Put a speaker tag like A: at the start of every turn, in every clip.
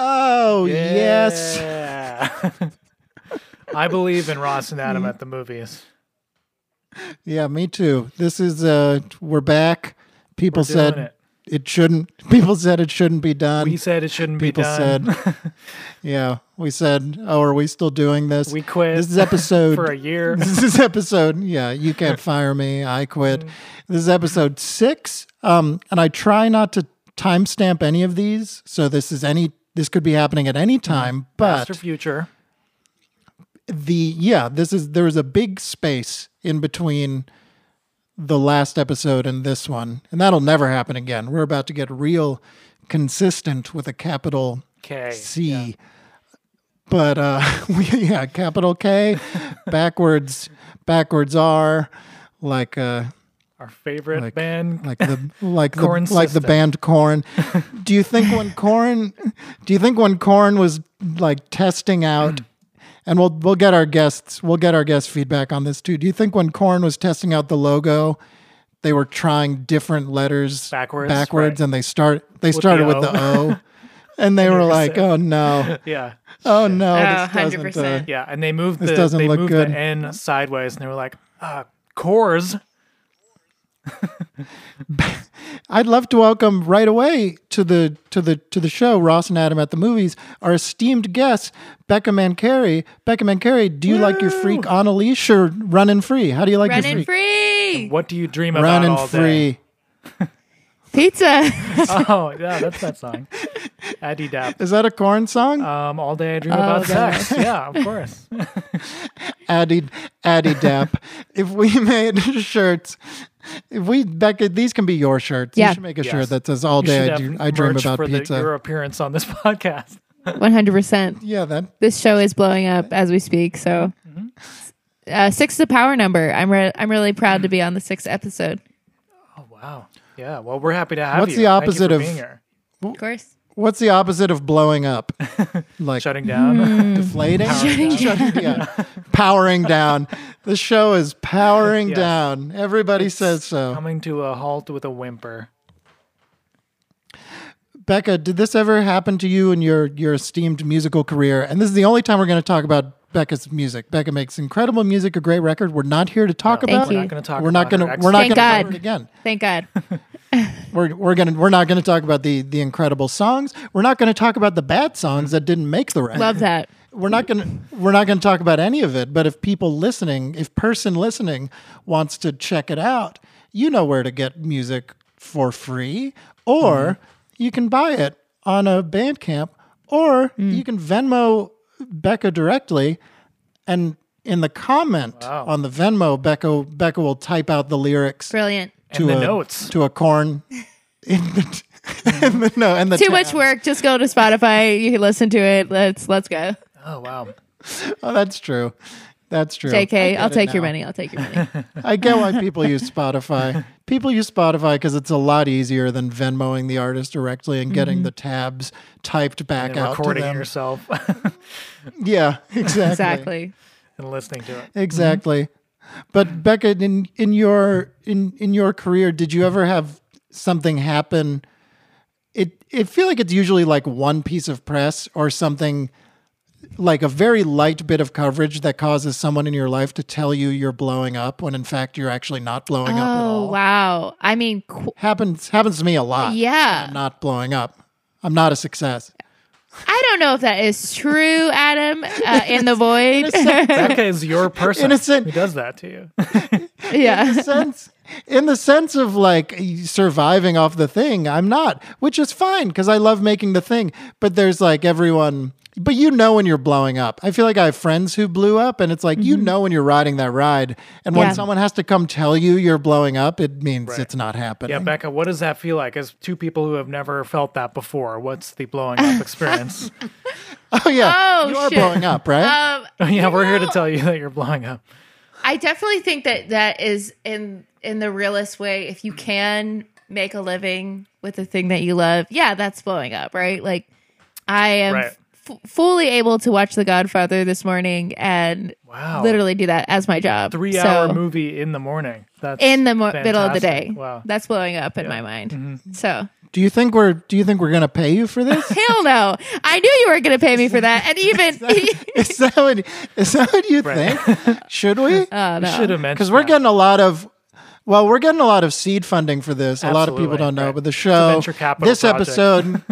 A: Oh, Yes.
B: Yeah. I believe in Ross and Adam at the movies.
A: Yeah, me too. This is uh we're back. People
B: We're doing
A: said
B: it.
A: it. shouldn't people said it shouldn't be done.
B: We said it shouldn't
A: people
B: be done.
A: said yeah, we said, "Oh, are we still doing this?"
B: we quit.
A: This is episode
B: for a year.
A: This is episode. Yeah, you can't fire me. I quit.
B: Mm-hmm.
A: This is episode 6. Um and I try not to timestamp any of these, so this is any this could be happening at any time, but
B: Past or future.
A: the yeah this is there was a big space in between the last episode and this one and that'll never happen again we're about to get real consistent with a capital
B: Okay.
A: c but uh we, yeah capital k backwards backwards r like uh
B: Our favorite
A: Like-
B: band.
A: like the like the
B: Corn
A: like the
B: system.
A: band corn do you think when corn do you think when corn was like testing out and we'll we'll get our guests we'll get our guest feedback on this too do you think when corn was testing out the logo they were trying different letters
B: Backwards,
A: backwards
B: right.
A: and they start they started with the o and they were like oh no
B: yeah.
A: oh no
C: Oh,
A: this doesn't uh,
C: 100%.
B: Yeah. And they moved
A: This
B: the
A: doesn't
B: they
A: look
B: moved
A: good.
B: the N sideways and they were like, uh, cores.
A: I'd love to welcome right away to the to the to the show, Ross and Adam at the movies, our esteemed guest, Becca Mancari. Becca Mancari, do you like your freak on a leash or running free? How do you like your
C: Running
A: freak?
C: free.
B: What do you dream about
A: Running
B: all day?
A: free.
C: Pizza.
B: Oh, yeah, that's that song. Addy Dap.
A: Is that a corn song?
B: Um, all day I dream about
A: Uh,
B: sex. Yeah, of course.
A: Addy Addy Dap. if we made shirts, if we Becca, these can be your shirts.
C: Yeah.
A: You should make a
B: Yes.
A: shirt that says all
B: You
A: day
B: should
A: I,
B: have
A: do, I dream
B: merch
A: about
B: for the-
A: pizza.
B: your appearance on this podcast.
C: 100%.
A: yeah, then.
C: This show is blowing up as we speak, so uh, six is a power number. I'm re- I'm really proud to be on the sixth episode.
B: Oh wow. Yeah. Well, we're happy to have
A: What's
B: you.
A: the
B: Thank you
A: opposite
B: for
A: of-
B: being here.
C: Of course.
A: What's the opposite of blowing up? Like
B: shutting
A: Mm,
B: down?
A: deflating,
B: Powering
A: Shutting down. powering down. The show is powering
B: Yes.
A: down. Everybody says so.
B: Coming to a halt with a whimper.
A: Becca, did this ever happen to you in your your esteemed musical career? And this is the only time we're going to talk about Becca's music. Becca makes incredible music, a great record. We're not here to talk
C: Thank
A: about.
C: you.
B: We're not going to talk.
A: We're not
B: about
A: going
B: her
A: to. We're not going
C: Thank
A: to cover
C: God.
A: it again.
C: Thank God.
A: We're we're going to. We're not going to talk about the the incredible songs. We're not going to talk about the bad
B: Mm-hmm.
A: songs that didn't make the record.
C: Love that.
A: we're not going to we're not going to talk about any of it but if people listening if person listening wants to check it out you know where to get music for free or
B: Mm-hmm.
A: you can buy it on a bandcamp or
B: Mm.
A: you can venmo becca directly and in the comment on the venmo becca becca will type out the lyrics
C: Brilliant.
B: And the
A: a,
B: notes. Mm.
A: to a corn in the, in the no and the
C: Too
A: tab.
C: much work. Just go to Spotify. You can listen to it. Let's let's go.
B: Oh wow.
A: oh that's true that's true I
C: JK,
A: get
C: I'll
A: it
C: take your
A: now.
C: money. I'll take your money.
A: I get why people use Spotify. People use Spotify because it's a lot easier than Venmoing the artist directly and getting the tabs typed back
B: Mm-hmm. And
A: out to
B: recording
A: them.
B: yourself
A: Yeah, exactly.
C: exactly.
B: and listening to it.
A: Exactly. But Becca, in in your in in your career, did you ever have something happen? It it feel like it's usually like one piece of press or something like a very light bit of coverage that causes someone in your life to tell you you're blowing up when in fact you're actually not blowing up at all.
C: Oh wow. I mean, qu-
A: happens happens to me a lot.
C: yeah.
A: I'm not blowing up. I'm not a success.
C: I don't know if that is true, Adam. Uh, in the void.
B: Becca is your person
A: Innocent.
B: who does that to you.
C: yeah.
A: Sense in the sense of like surviving off the thing, I'm not, which is fine because I love making the thing. But there's like everyone, but you know when you're blowing up. I feel like I have friends who blew up, and it's like you know when you're riding that ride, and when
C: Mm-hmm. Yeah.
A: someone has to come tell you you're blowing up, it means it's not happening.
B: Yeah, Becca, what does that feel like as two people who have never felt that before? What's the blowing up experience?
A: oh yeah,
C: Oh,
A: you are
C: shit.
A: blowing up, right?
C: Um,
B: yeah,
C: you
B: we're here to
C: know,
B: tell you that you're blowing up.
C: I definitely think that that is in in the realest way. If you can make a living with the thing that you love, yeah, that's blowing up, right? Like I am
B: Right.
C: f- fully able to watch The Godfather this morning and
B: Wow.
C: literally do that as my job.
B: Three
C: So,
B: hour movie in the morning. That's
C: in the mo- middle of the
B: fantastic.
C: day.
B: Wow. Mm-hmm.
C: that's blowing up in my mind. So
A: Do you think we're do you think we're gonna pay you for this?
C: Hell no. I knew you were going to pay me for that. And even
A: is that what is that what you think? Should we?
C: Oh, no.
B: Should have mentioned
A: Because we're
B: that.
A: getting a lot of well, we're getting a lot of seed funding for this. A lot of people
B: Absolutely,
A: don't know,
B: right.
A: but the show
B: venture capital
A: this
B: project.
A: episode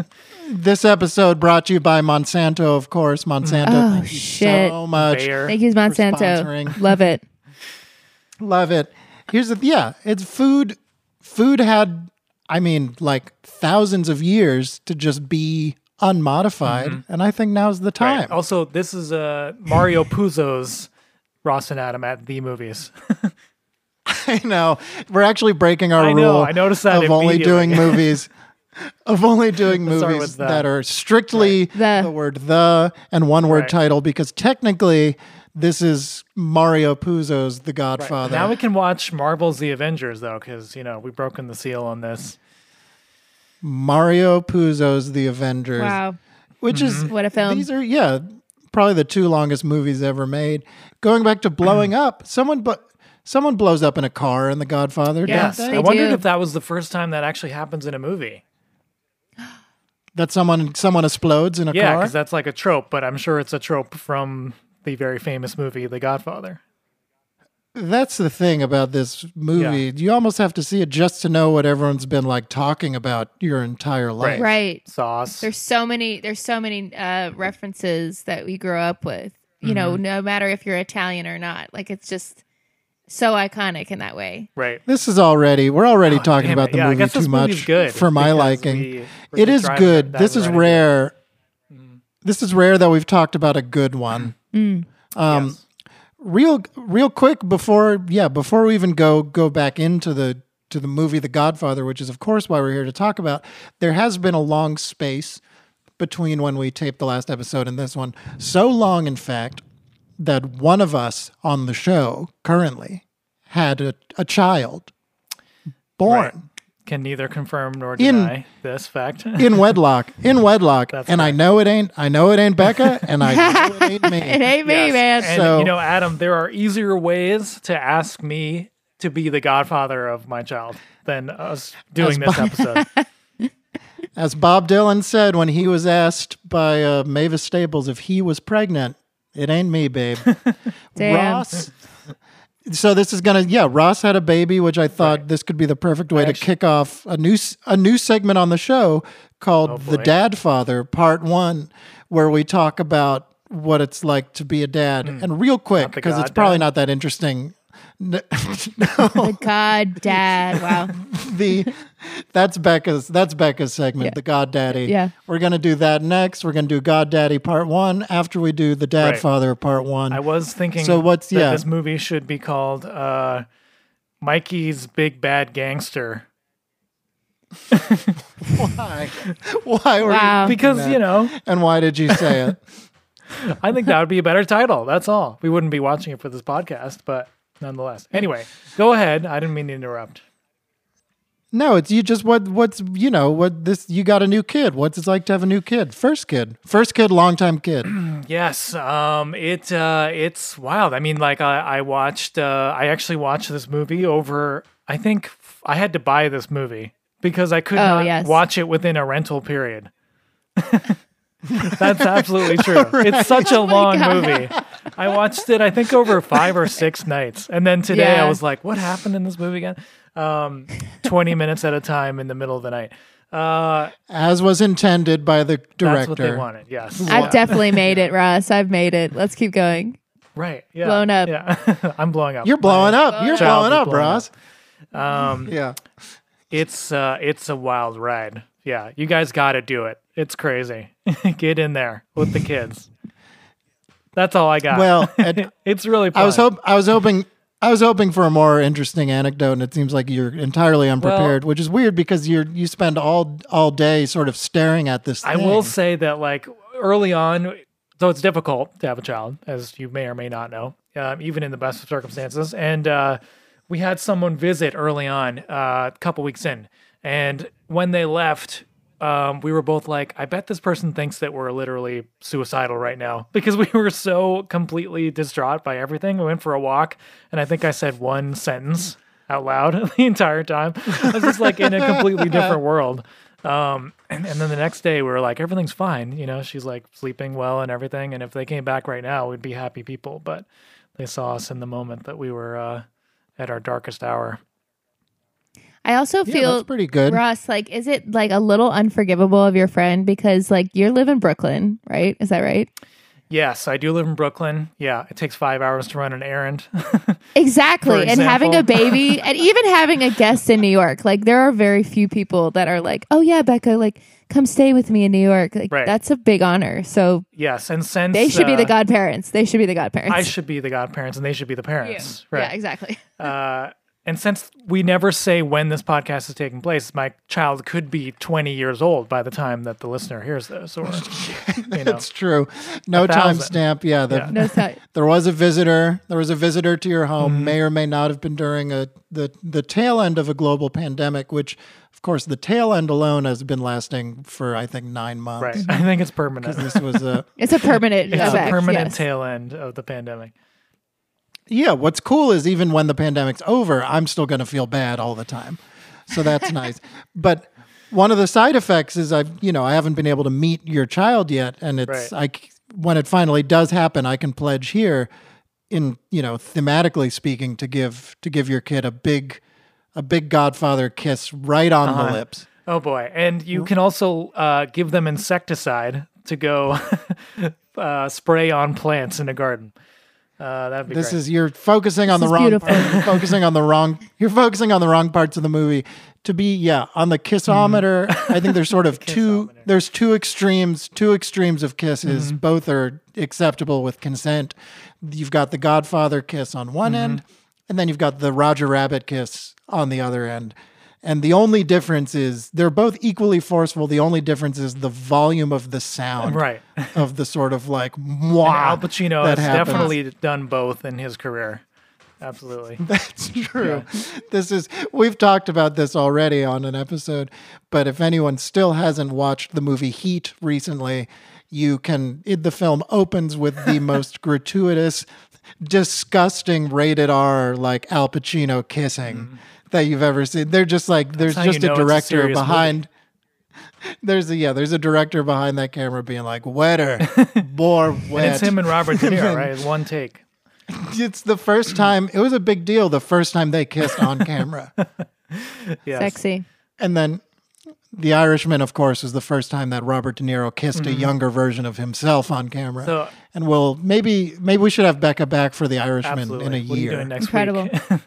A: this episode brought to you by Monsanto, of course. Monsanto
C: Oh,
A: thank you
C: shit.
A: so much.
B: Bayer.
C: Thank you, Monsanto.
A: sponsoring.
C: Love it.
A: Love it. Here's the yeah, it's food. Food had, I mean, like thousands of years to just be unmodified, and I think now's the
B: Mm-hmm. Right.
A: time.
B: Also, this is uh, Mario Puzo's Ross and Adam at the movies.
A: I know we're actually breaking our
B: I know,
A: rule.
B: I noticed that
A: of only
B: immediately.
A: doing movies. Of only doing
B: start
A: movies
B: with the.
A: that are strictly
C: The.
A: the. word the and one word
B: Right.
A: title because technically this is Mario Puzo's The Godfather.
B: Now we can watch Marvel's The Avengers though, because you know we've broken the seal on this.
A: Mario Puzo's The Avengers.
C: Wow.
A: which is
C: What a
B: Mm-hmm.
C: film.
A: These are yeah, probably the two longest movies ever made. Going back to blowing up, someone but someone blows up in a car in The Godfather. don't
B: Yes,
A: they?
B: I wondered
C: do.
B: if that was the first time that actually happens in a movie.
A: that someone someone explodes in a
B: Yeah,
A: car.
B: because that's like a trope, but I'm sure it's a trope from the very famous movie The Godfather.
A: That's the thing about this movie. You almost have to see it just to know what everyone's been like talking about your entire life.
C: Right.
B: Sauce.
C: There's so many there's so many uh references that we grew up with. You know,
A: Mm-hmm.
C: no matter if you're Italian or not. Like it's just so iconic in that way.
B: right.
A: This is already we're already talking
B: Oh, damn
A: about
B: it.
A: the
B: Yeah, I
A: movie
B: guess this
A: too
B: movie's
A: much
B: good
A: for my
B: because
A: liking.
B: we- we
A: it is
B: tried
A: good.
B: that Mm-hmm.
A: This is
B: already.
A: rare. This is rare that we've talked about a good one. Um,
B: Yes.
A: real real quick before yeah before we even go go back into the to the movie The Godfather, which is of course why we're here to talk about. There has been a long space between when we taped the last episode and this one, so long in fact that one of us on the show currently had a, a child born.
B: Right. Can neither confirm nor
A: In-
B: deny this fact.
A: in wedlock, in wedlock, and
B: That's
A: I know it ain't. I know it ain't Becca, and I know it ain't me.
C: It ain't me,
B: Yes.
C: man.
B: And
A: So-
B: you know, Adam, there are easier ways to ask me to be the godfather of my child than us doing this episode.
A: As Bob Dylan said when he was asked by uh, Mavis Staples if he was pregnant, it ain't me, babe.
C: Damn.
A: Ross. So this is gonna, yeah. Ross had a baby, which I thought this could be the perfect way to kick off a new s- a new segment on the show called "The
B: boy.
A: Dad Father" Part One, where we talk about what it's like to be a dad. And real quick,
B: the
A: because it's
B: goddad?
A: probably not that interesting. N-
C: The Oh God Dad. Wow.
A: the that's Becca's that's Becca's segment, the God Daddy.
C: Yeah.
A: We're gonna do that next. We're gonna do God Daddy part one after we do the Dad
B: Right.
A: Father part one.
B: I was thinking
A: So what's-
B: that
A: yeah.
B: this movie should be called uh Mikey's Big Bad Gangster.
A: why? Why were
C: Wow.
B: Because, you know,
A: you, and why did you say it?
B: I think that would be a better title. That's all. We wouldn't be watching it for this podcast, but nonetheless. Anyway, go ahead. I didn't mean to interrupt.
A: No, it's you just what what's you know, what this you got a new kid. What's it like to have a new kid? First kid. First kid, long time kid.
B: Yes, um, it uh, it's wild. I mean, like I, I watched, uh, I actually watched this movie over. I think f- I had to buy this movie because I could
C: Oh,
B: not
C: yes.
B: watch it within a rental period. That's absolutely true. It's such a
C: Oh
B: long movie. I watched it, I think, over five or six nights, and then today
C: Yeah.
B: I was like, "What happened in this movie again?" Um, Twenty minutes at a time in the middle of the night. Uh,
A: As was intended by the director.
B: that's what they wanted. Yes,
C: I've definitely made it, Ross. I've made it. Let's keep going.
B: right. Yeah,
C: blown up.
B: Yeah, I'm blowing up.
A: You're blowing up. You're
B: Child
A: blowing
B: is
A: up,
B: blowing up.
A: Ross. Um, yeah.
B: It's uh, it's a wild ride. Yeah, you guys got to do it. It's crazy. Get in there with the kids. That's all I got.
A: Well, and
B: it's really. Fun.
A: I was hope I was hoping I was hoping for a more interesting anecdote, and it seems like you're entirely unprepared, which is weird because you're you spend all all day sort of staring at this. Thing.
B: I will say that like early on, so it's difficult to have a child, as you may or may not know, um, even in the best of circumstances. And uh, we had someone visit early on, uh, a couple weeks in, and when they left. Um, we were both like, I bet this person thinks that we're literally suicidal right now because we were so completely distraught by everything. We went for a walk, and I think I said one sentence out loud the entire time. I was just like in a completely different world. Um, and, and then the next day we were like, everything's fine. You know, she's like sleeping well and everything. And if they came back right now, we'd be happy people. But they saw us in the moment that we were uh, at our darkest hour.
C: I also
A: Yeah,
C: feel
A: that's pretty good.
C: Ross, like, is it like a little unforgivable of your friend because like you live in Brooklyn, right? Is that right?
B: Yes, I do live in Brooklyn. Yeah, it takes five hours to run an errand.
C: Exactly.
B: For
C: And having a
B: example.
C: baby and even having a guest in New York, like there are very few people that are like, oh yeah, Becca, like come stay with me in New York. Like
B: Right.
C: that's a big honor. So
B: yes, and since
C: they should be
B: uh,
C: the godparents. They should be the godparents.
B: I should be the godparents, and they should be the parents.
C: Yeah,
B: Right.
C: exactly.
B: Uh, and since we never say when this podcast is taking place, my child could be 20 years old by the time that the listener hears this, or you know,
A: It's true. No
B: thousand.
A: timestamp. Yeah, the,
B: Yeah.
C: No, it's not-
A: There was a visitor. There was a visitor to your
B: Mm-hmm.
A: home. May or may not have been during a the the tail end of a global pandemic, which, of course, the tail end alone has been lasting for I think nine
B: right?
A: months.
B: I think it's permanent.
A: This was a
C: it's a permanent.
B: It's a
C: effect,
B: permanent
C: yes.
B: tail end of the pandemic.
A: yeah. What's cool is even when the pandemic's over, I'm still going to feel bad all the time. So that's nice. But one of the side effects is I've you know I haven't been able to meet your child yet, and it's I c when it finally does happen, I can pledge here, in you know thematically speaking, to give to give your kid a big a big Godfather kiss right on the lips.
B: Oh boy! And you can also uh, give them insecticide to go uh, spray on plants in a garden. Uh, that'd be
A: This
B: great.
A: is you're focusing on
C: This
A: the
C: is
A: wrong
C: beautiful.
A: part. You're focusing on the wrong you're focusing on the wrong parts of the movie. To be yeah, on the kissometer,
B: Mm.
A: I think there's sort of two there's two extremes, two extremes of kisses.
B: Mm-hmm.
A: Both are acceptable with consent. You've got the Godfather kiss on one
B: Mm-hmm.
A: end, and then you've got the Roger Rabbit kiss on the other end. And the only difference is they're both equally forceful. The only difference is the volume of the sound
B: right.
A: of the sort of like mwah
B: Al Pacino
A: that
B: has
A: happens.
B: definitely done both in his career. Absolutely.
A: That's true. This is we've talked about this already on an episode, but if anyone still hasn't watched the movie Heat recently, you can it, the film opens with the most gratuitous, disgusting rated R like Al Pacino kissing that you've ever seen. They're just like there's
B: Mm-hmm. how you
A: just
B: know
A: a
B: it's a
A: director
B: serious
A: behind there's a yeah, there's a director behind that camera being like wetter, more wet.
B: It's him and Robert De Niro, right? One take.
A: it's the first time it was a big deal the first time they kissed on camera.
B: Yes.
C: Sexy.
A: And then The Irishman, of course, was the first time that Robert De Niro kissed a younger version of himself on camera.
B: Mm-hmm. So-
A: and we'll maybe maybe we should have Becca back for The Irishman
B: Absolutely.
A: in a
B: What are you doing
A: year.
B: next
C: Incredible.
B: week?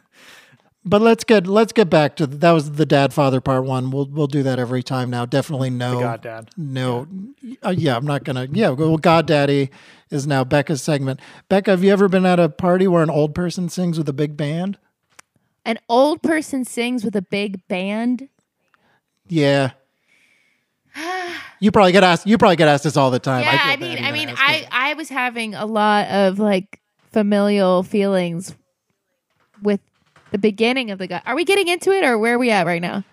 A: But let's get let's get back to that was the Dad Father Part One. We'll we'll do that every time now. Definitely no
B: God, Dad.
A: no uh, yeah i'm not gonna yeah well god daddy is now becca's segment becca have you ever been at a party where an old person sings with a big band
C: An old person sings with a big band.
A: yeah you probably get asked you probably get asked this all the time
C: Yeah,
A: feel
C: I,
A: bad
C: mean,
A: even
C: I mean,
A: asking.
C: I I was having a lot of like familial feelings with the beginning of the guy. Are we getting into it, or where are we at right now?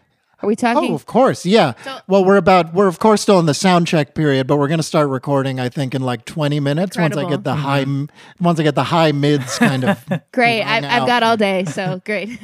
C: Are we talking?
A: Oh, of course, yeah.
C: So-
A: well, we're about we're of course still in the sound check period, but we're going to start recording. I think in like twenty minutes once I
C: Incredible.
A: get the high m- once I get the high mids kind of.
C: great,
A: right
C: I've,
A: now.
C: I've got all day, so great.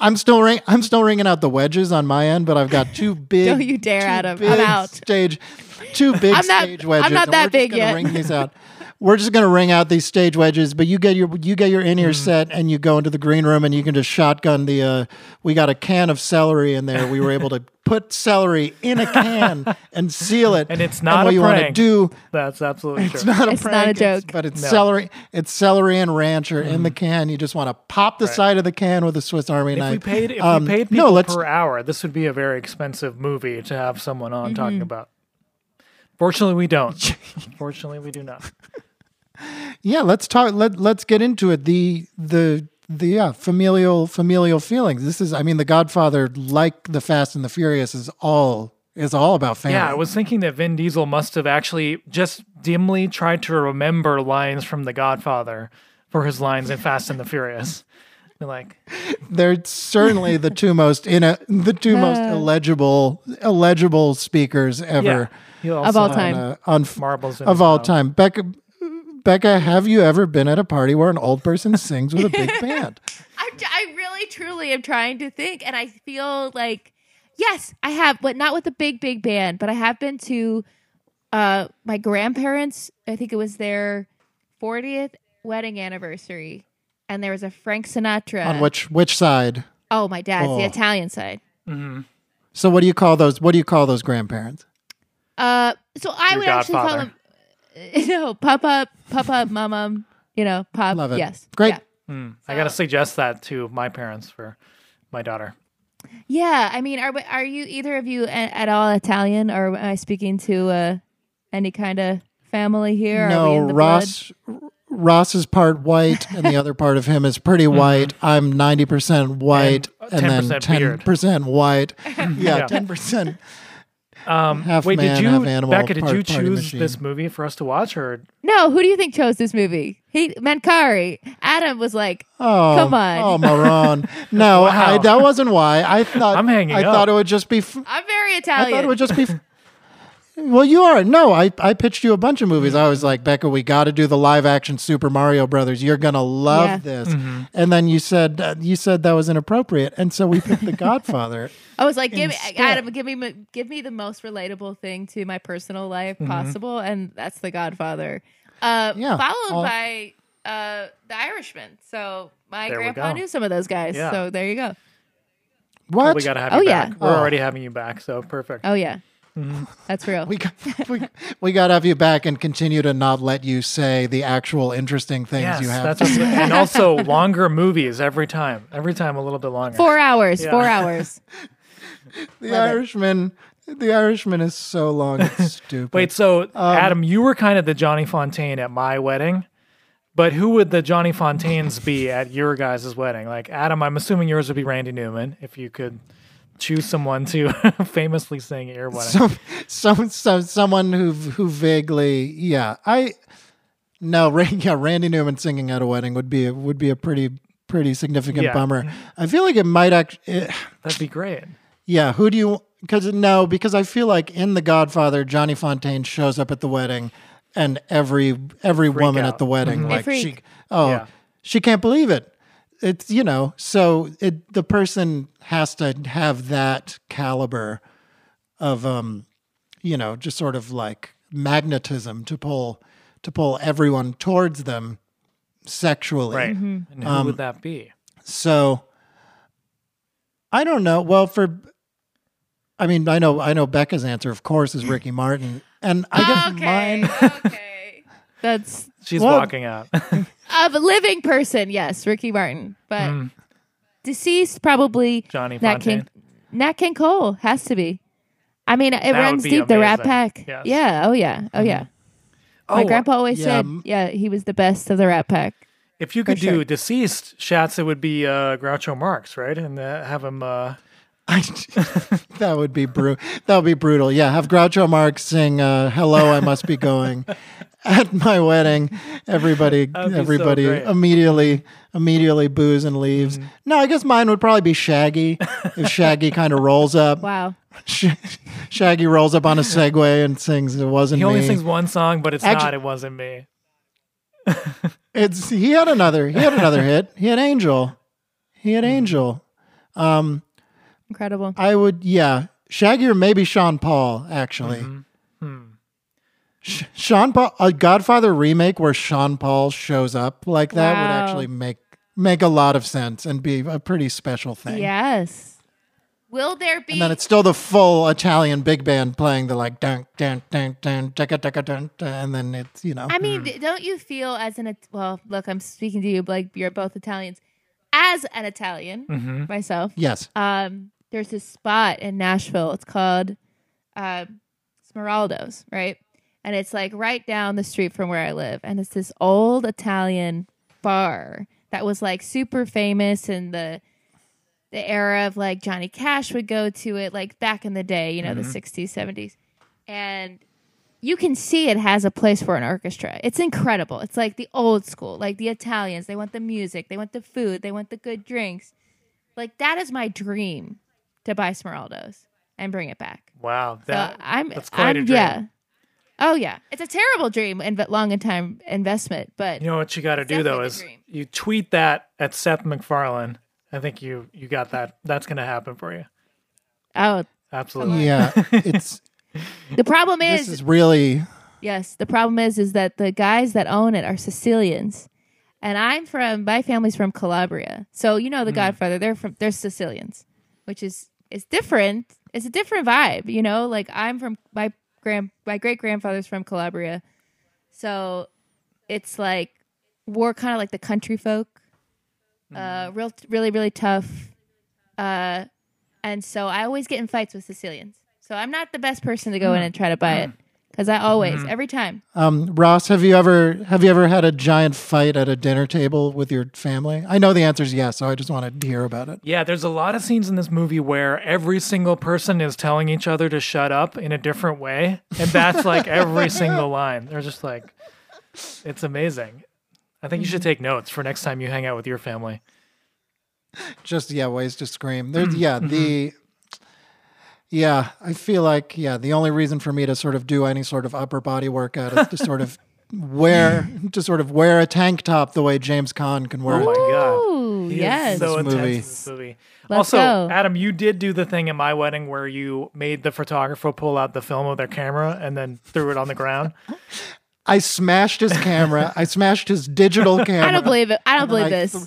A: I'm still ring, I'm still ringing out the wedges on my end, but I've got two big.
C: Don't you dare,
A: two
C: Adam. I'm
A: big
C: out.
A: Stage, two big
C: I'm not-
A: stage
C: I'm
A: wedges.
C: not
A: and
C: that
A: we're
C: big
A: just gonna
C: yet.
A: Ring these out. We're just gonna ring out these stage wedges, but you get your you get your in
C: Mm.
A: ear set, and you go into the green room, and you can just shotgun the. Uh, we got a can of celery in there. We were able to put celery in a can and seal it.
B: And it's not
A: what
B: a
A: you want to
B: prank.
A: do
B: That's absolutely true.
A: it's not a
C: It's not
A: prank,
C: a
A: it's-
C: joke.
A: but it's
B: No. Mm.
A: celery. It's celery and ranch are in the can. You just want to pop the side of the can with a Swiss Army
B: if
A: knife.
B: we paid, if
A: Um,
B: we paid
A: no,
B: people
A: let's
B: per hour, this would be a very expensive movie to have someone on talking about. Fortunately, we don't. Fortunately, we do not.
A: yeah, let's talk. Let let's get into it. The the the yeah, familial familial feelings. This is, I mean, The Godfather, like The Fast and the Furious, is all is all about family.
B: Yeah, I was thinking that Vin Diesel must have actually just dimly tried to remember lines from The Godfather for his lines in Fast and the Furious. They're like,
A: They're certainly the two most in a the two most
C: Uh.
A: illegible illegible speakers
B: yeah,
A: ever
B: he'll
C: Of all
B: also have
A: on,
C: time.
A: uh, on
B: marbles in
A: of
B: his
A: all
B: mouth.
A: time. Becca, Becca, have you ever been at a party where an old person sings with a big band?
C: I'm, I really, truly am trying to think, and I feel like Yes, I have, but not with a big, big band. But I have been to uh, my grandparents. I think it was their 40th wedding anniversary, and there was a Frank Sinatra.
A: On which which side?
C: Oh, my dad's the
A: Oh.
C: Italian side.
A: So what do you call those? What do you call those grandparents?
C: Uh, so I
B: Your
C: would
B: godfather.
C: actually call him. No, pop up, pop up, mum, mum, you know, pop.
A: Love it.
C: Yes,
A: Great.
C: Yeah.
B: Mm. I gotta suggest that to my parents for my daughter.
C: Yeah, I mean, are we- are you either of you a- at all Italian, or am I speaking to uh, any kind of family here? are we
A: no,
C: in the
A: Ross. R- Ross is part white, and the other part of him is pretty
C: Mm-hmm.
A: white. I'm ninety percent white,
B: And, uh,
A: and, then
B: 10%
A: ten
B: beard.
A: percent white.
B: Yeah.
A: Yeah, ten percent.
B: Um,
A: Half
B: wait,
A: man,
B: did you,
A: half animal,
B: Becca? Did
A: part
B: you
A: party
B: choose
A: machine.
B: this movie for us to watch, or
C: No, who do you think chose this movie? He Mankari. Adam was like,
A: Oh,
C: Come on.
A: Oh, moron. No,
B: Wow.
A: I, that wasn't why. I thought
B: I'm hanging
A: I
B: up.
A: thought it would just be. F-
C: "I'm very
A: I thought
C: Italian."
A: it would just be. F- well, you are. No, I I pitched you a bunch of movies. I was like, Becca, we got to do the live action Super Mario Brothers. You're gonna love
C: Yeah.
A: this.
B: Mm-hmm.
A: And then you said uh, you said that was inappropriate, and so we picked The Godfather.
B: Oh,
C: I was like, "Give me
A: Instead.
C: Adam, give me m- give me the most relatable thing to my personal life possible," and that's The Godfather. Uh,
A: Mm-hmm. Yeah,
C: followed
A: all-
C: by uh, The Irishman. So my
B: There we
C: grandpa
B: go.
C: knew some of those guys.
B: Yeah.
C: So there you go.
A: What?
B: we gotta have
C: Oh,
B: you
C: yeah.
B: back? We're
A: Oh.
B: already having you back, so perfect.
C: Oh yeah, that's real.
A: Mm-hmm. we got, we, we got to have you back and continue to not let you say the actual interesting things
B: yes,
A: you have.
B: that's what's, and also longer movies every time. Every time a little bit longer.
C: Four hours.
B: Yeah.
C: Four hours.
A: the
C: love it.
A: Irishman. The Irishman is so long. It's stupid.
B: Wait, so
A: Um,
B: Adam, you were kind of the Johnny Fontaine at my wedding, but who would the Johnny Fontaines be at your guys' wedding? Like Adam, I'm assuming yours would be Randy Newman if you could choose someone to famously sing at your wedding.
A: some, some, some, someone who who vaguely, yeah, I no, Ra- yeah, Randy Newman singing at a wedding would be would be a pretty pretty significant
B: Yeah.
A: bummer. I feel like it might act, eh,
B: That'd be great.
A: yeah. Who do you? Because no, because I feel like in The Godfather, Johnny Fontaine shows up at the wedding, and every every woman
B: out. Mm-hmm.
A: at the wedding
C: They
A: like she,
C: freak.
A: oh,
B: Yeah.
A: she can't believe it. It's you know, so it the person has to have that caliber of um you know just sort of like magnetism to pull to pull everyone towards them sexually
B: Right.
C: Mm-hmm.
B: And who
A: Um,
B: would that be?
A: so i don't know well for i mean i know i know becca's answer of course is ricky martin and i guess
B: Ah,
C: okay.
A: mine
C: okay. That's
B: She's
A: Well-
B: walking out.
C: of a living person. Yes, Ricky Martin, but deceased probably
B: Hmm. Johnny
C: Nat King. Nat King Cole has to be. I mean, it
B: would
C: runs
B: be
C: deep. The Rat
B: amazing.
C: Pack.
B: Yes.
C: Yeah. Oh yeah. Oh yeah. My
B: Oh,
C: grandpa always
A: Mm-hmm. yeah,
C: said,
A: m-
C: yeah, he was the best of the Rat Pack.
B: if you could do
C: sure.
B: deceased shots, it would be uh, Groucho Marx, right? And uh, have him. Uh,
A: I, that would be bru- that would be brutal. Yeah, have Groucho Marx sing uh, "Hello, I Must Be Going" at my wedding. Everybody,
B: would be so
A: everybody
B: great. Mm-hmm.
A: immediately immediately boos and leaves. No, I guess mine would probably be Shaggy if Shaggy kind of rolls up.
C: Wow.
A: Sh- Shaggy rolls up on a Segway and sings "It Wasn't
B: he only
A: Me."
B: sings one song, but it's
A: Actu-
B: not. It wasn't me.
A: It's he had another he had another hit. He had Angel. He
C: Hmm.
A: had Angel.
C: Incredible.
A: I would, yeah. Shaggy or maybe Sean Paul, actually.
C: Mm-hmm. Hmm.
A: Sh- Sean Paul, a Godfather remake where Sean Paul shows up like that would
C: Wow.
A: actually make make a lot of sense and be a pretty special thing.
C: Yes. Will there be
A: And then it's still the full Italian big band playing the like dun dun dun dun taka taka dun, dun and then it's you know
C: I mean, d- don't you feel as an It- well? Look, I'm speaking to you like you're both Italians. As an Italian
B: Mm-hmm.
C: myself,
A: yes
C: um, there's this spot in Nashville. It's called uh, Smeraldo's, right? And it's like right down the street from where I live. And it's this old Italian bar that was like super famous in the the era of like Johnny Cash would go to it, like back in the day, you know, the 60s, 70s. And you can see it has a place for an orchestra. It's incredible. It's like the old school, like the Italians. They want the music, they want the food, they want the good drinks. Like that is my dream to buy Smeraldos and bring it back.
B: Wow,
C: So
B: that
C: Uh, I'm,
B: that's quite
C: I'm
B: a dream.
C: yeah. Oh yeah, it's a terrible dream and but long in time investment, but
B: You know what you got to do though
C: definitely the
B: is
C: dream.
B: you tweet that at Seth MacFarlane. I think you you got that. That's gonna happen for you.
C: out.
B: Absolutely.
A: Yeah, it's
C: oh, The problem
A: this
C: is,
A: is really
C: yes, the problem is, is that the guys that own it are Sicilians, and I'm from my family's from Calabria, so you know the Godfather. They're from they're Sicilians, which is it's different. It's a different vibe, you know. Like I'm from my grand my great grandfather's from Calabria, so it's like we're kind of like the country folk, uh, real really really tough, uh, and so I always get in fights with Sicilians. So I'm not the best person to go
B: Hmm.
C: in and try to buy it because I always every time
A: um, Ross. Have you ever have you ever had a giant fight at a dinner table with your family? I know the answer is yes, so I just wanted to hear about it.
B: Yeah, there's a lot of scenes in this movie where every single person is telling each other to shut up in a different way. And that's like every single line. They're just like, it's amazing. I think you should take notes for next time you hang out with your family.
A: Just yeah, ways to scream.
B: Mm,
A: There's yeah
B: mm-hmm.
A: the. Yeah, I feel like yeah. The only reason for me to sort of do any sort of upper body workout is to sort of wear to sort of wear a tank top the way James Caan can wear.
B: Oh
A: a
B: my God.
C: Ooh,
B: He is
C: yes.
B: so
A: This
B: intense
A: movie.
B: in this movie.
C: Let's
B: also,
C: go.
B: Adam, you did do the thing at my wedding where you made the photographer pull out the film of their camera and then threw it on the ground.
A: I smashed his camera. I smashed his digital camera.
C: I don't believe it. I don't believe
A: I
C: this.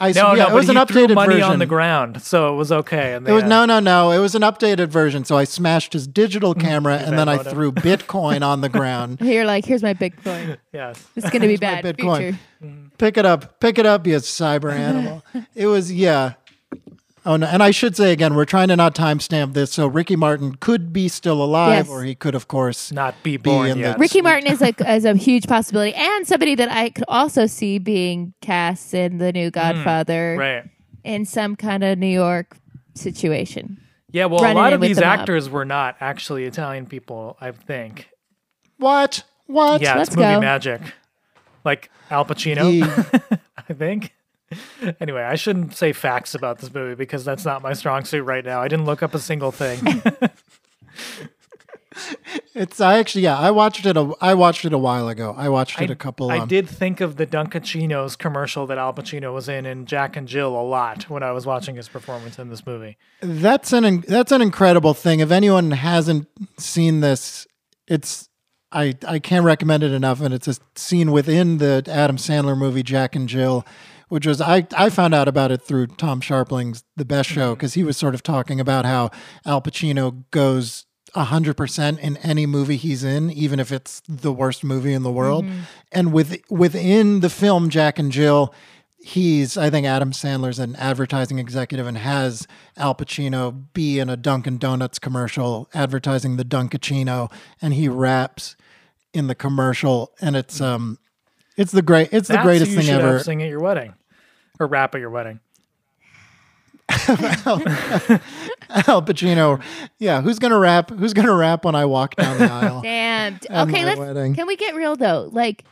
A: I,
B: No,
A: yeah,
B: no,
A: it was an
B: but he
A: updated
B: threw money
A: version.
B: on the ground, so it was okay. And
A: It was no, no, no. It was an updated version. So I smashed his digital
B: Hmm.
A: camera, and then I
B: Venmo'd him.
A: threw Bitcoin on the ground.
C: You're like, here's my Bitcoin.
B: yes.
C: It's gonna be
A: My
C: bad.
A: Bitcoin.
C: Future.
A: Pick it up. Pick it up, you cyber animal. It was yeah. Oh no! And I should say again, we're trying to not timestamp this, so Ricky Martin could be still alive,
C: Yes.
A: or he could, of course,
B: Not be
A: Be
B: born
A: in the-
B: yet.
C: Ricky Martin is a is a huge possibility, and somebody that I could also see being cast in the new Godfather
B: Hmm. right.
C: in some kind of New York situation.
B: Yeah, well, a
C: running
B: lot
C: in
B: of
C: with
B: these
C: the mob.
B: actors were not actually Italian people, I think.
A: What? What?
B: Yeah,
C: Let's
B: it's movie
C: go.
B: magic. Like Al Pacino,
A: The-
B: I think. Anyway, I shouldn't say facts about this movie because that's not my strong suit right now. I didn't look up a single thing.
A: it's I actually yeah. I watched it. A, I watched it a while ago. I watched it a couple.
B: I
A: um,
B: did think of the Dunkachinos commercial that Al Pacino was in in Jack and Jill a lot when I was watching his performance in this movie.
A: That's an that's an incredible thing. If anyone hasn't seen this, it's I I can't recommend it enough. And it's a scene within the Adam Sandler movie Jack and Jill, which was I I found out about it through Tom Sharpling's The Best Show because he was sort of talking about how Al Pacino goes. 100% in any movie he's in even if it's the worst movie in the world and with within the film Jack and Jill he's I think Adam Sandler's an advertising executive and has Al Pacino be in a Dunkin' Donuts commercial advertising the Dunkachino and he raps in the commercial and it's um it's the great it's
B: That's
A: the greatest
B: who you
A: thing
B: should have
A: ever.
B: Sing at your wedding or rap at your wedding.
A: Al Pacino. Yeah, who's gonna rap? Who's gonna rap when I walk down the aisle?
C: Damn.
A: And
C: okay,
A: my
C: let's.
A: wedding.
C: Can we get real though? Like,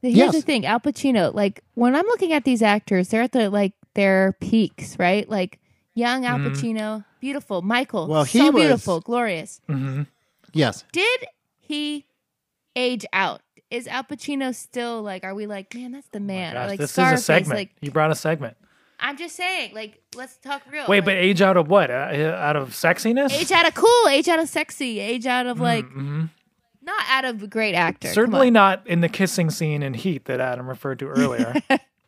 C: here's
A: Yes.
C: the thing: Al Pacino. Like, when I'm looking at these actors, they're at the like their peaks, right? Like, young Al
B: Mm-hmm.
C: Pacino, beautiful. Michael,
A: Well, he
C: so
A: was-
C: beautiful, glorious.
B: Mm-hmm.
A: Yes.
C: Did he age out? Is Al Pacino still like? Are we like, man, that's the man? or
B: Oh Gosh,
C: like
B: this
C: Scarface?
B: is a segment.
C: Like,
B: you brought a segment.
C: I'm just saying. Like, let's talk real.
B: Wait, but
C: like,
B: age out of what? Uh, out of sexiness? Mm-hmm.
C: age out of cool, age out of sexy, age out of like, not out of great actor. Come
B: Mm. Certainly
C: on.
B: not in the kissing scene in Heat that Adam referred to earlier.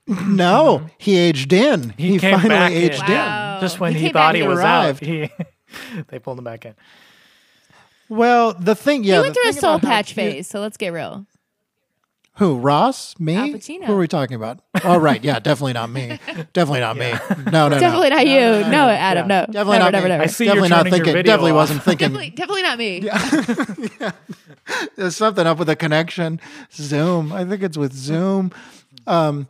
A: No, he aged in. He,
B: came
A: finally
B: back
A: aged
B: in.
A: in.
C: Wow.
B: Just when
C: He
B: he
C: came back
B: thought he
C: in.
B: was
A: Arrived.
B: out, he, they pulled him back in.
A: Well, the thing yeah.
C: He went
A: the
C: through a
A: thing
C: soul
A: about how
C: patch
A: cute-
C: phase, so let's get real.
A: Who? Ross? Me?
C: Al Pacino.
A: Who are we talking about? All right, yeah, definitely not me. Definitely not me. No, no, no.
C: Definitely not you. No, Adam. No.
A: Definitely
C: never,
A: not
C: never,
A: me.
C: never.
B: I see you're
A: definitely not
B: turning your
A: thinking.
B: video
A: definitely
B: off.
A: wasn't thinking.
C: Definitely, definitely not me.
A: There's something up with the connection. Zoom. I think it's with Zoom. Um,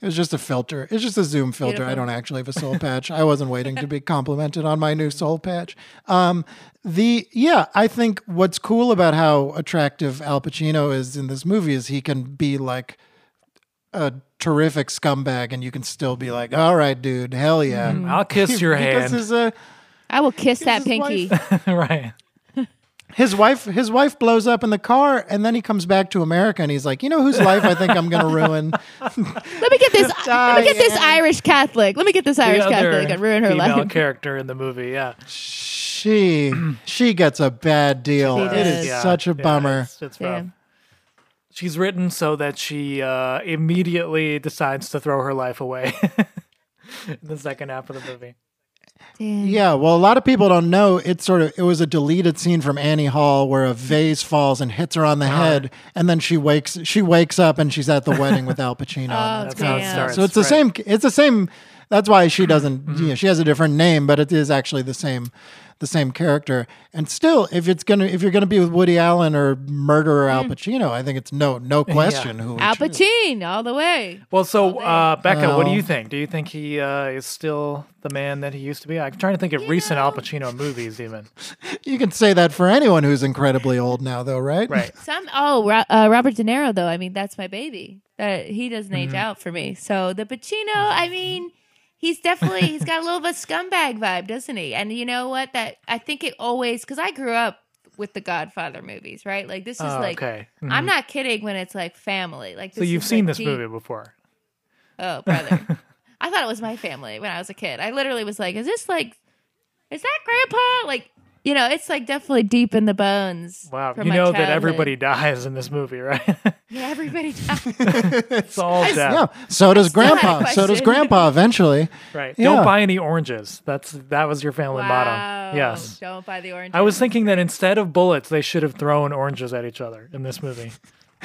A: it was just a filter. It's just a Zoom filter. I
C: Beautiful.
A: don't actually have a soul patch. I wasn't waiting to be complimented on my new soul patch. Um, the yeah, I think what's cool about how attractive Al Pacino is in this movie is he can be like a terrific scumbag, and you can still be like, "All right, dude, hell yeah."
B: Mm-hmm. I'll kiss your
A: Because
B: hand.
A: there's a
C: I will kiss that
A: his wife.
C: pinky.
B: right.
A: His wife, his wife blows up in the car, and then he comes back to America, and he's like, "You know whose life I think I'm going to ruin?
C: Let me get this. Let me get this Irish Catholic. Let me get this
B: The
C: Irish
B: other
C: Catholic and ruin her
B: female
C: life.
B: character in the movie. Yeah,
A: She, she gets a bad deal.
C: She
A: It is
C: does.
B: Yeah,
A: such a
B: yeah,
A: bummer.
B: It's, it's rough.
C: Damn.
B: She's written so that she uh, immediately decides to throw her life away. in the second half of the movie.
C: Damn.
A: Yeah, well, a lot of people don't know it. Sort of, it was a deleted scene from Annie Hall where a vase falls and hits her on the head, and then she wakes. She wakes up and she's at the wedding with Al Pacino.
C: Oh,
A: and
B: That's how it
C: Damn.
B: starts.
A: So it's the
B: right.
A: same. It's the same. That's why she doesn't. You know, she has a different name, but it is actually the same, the same character. And still, if it's gonna, if you're gonna be with Woody Allen or murderer Al Pacino, I think it's no, no question who. we
C: Al
A: choose.
C: Pacino all the way.
B: Well,
C: Oh,
B: so uh, Becca, what do
A: Well-
B: you think? Do you think he uh, is still the man that he used to be? I'm trying to think of recent Al Pacino movies, even.
A: You can say that for anyone who's incredibly old now, though, right?
B: Right.
C: Some oh Ro- uh, Robert De Niro though. I mean that's my baby. That he doesn't age
B: Mm-hmm.
C: out for me. So the Pacino. I mean he's definitely he's got a little bit of scumbag vibe, doesn't he? And you know what? That I think it always because I grew up with the Godfather movies, right? Like this is
B: Oh,
C: like
B: okay.
C: I'm not kidding when it's like family. Like
B: So
C: this
B: you've
C: is,
B: seen
C: like,
B: this
C: deep-
B: movie before.
C: Oh brother, I thought it was my family when I was a kid. I literally was like, is this like is that Grandpa? Like you know, it's like definitely deep in the bones.
B: Wow. you
C: from my
B: know that
C: childhood.
B: everybody dies in this movie, right?
C: Yeah, everybody dies.
B: it's all death.
A: Yeah. So does
C: still had a
A: Grandpa. So does
C: question.
A: Grandpa eventually.
B: Right.
A: Yeah.
B: Don't buy any oranges. That's that was your family motto. Yes.
C: Don't buy the orange.
B: I was thinking that instead of bullets, they should have thrown oranges at each other in this movie.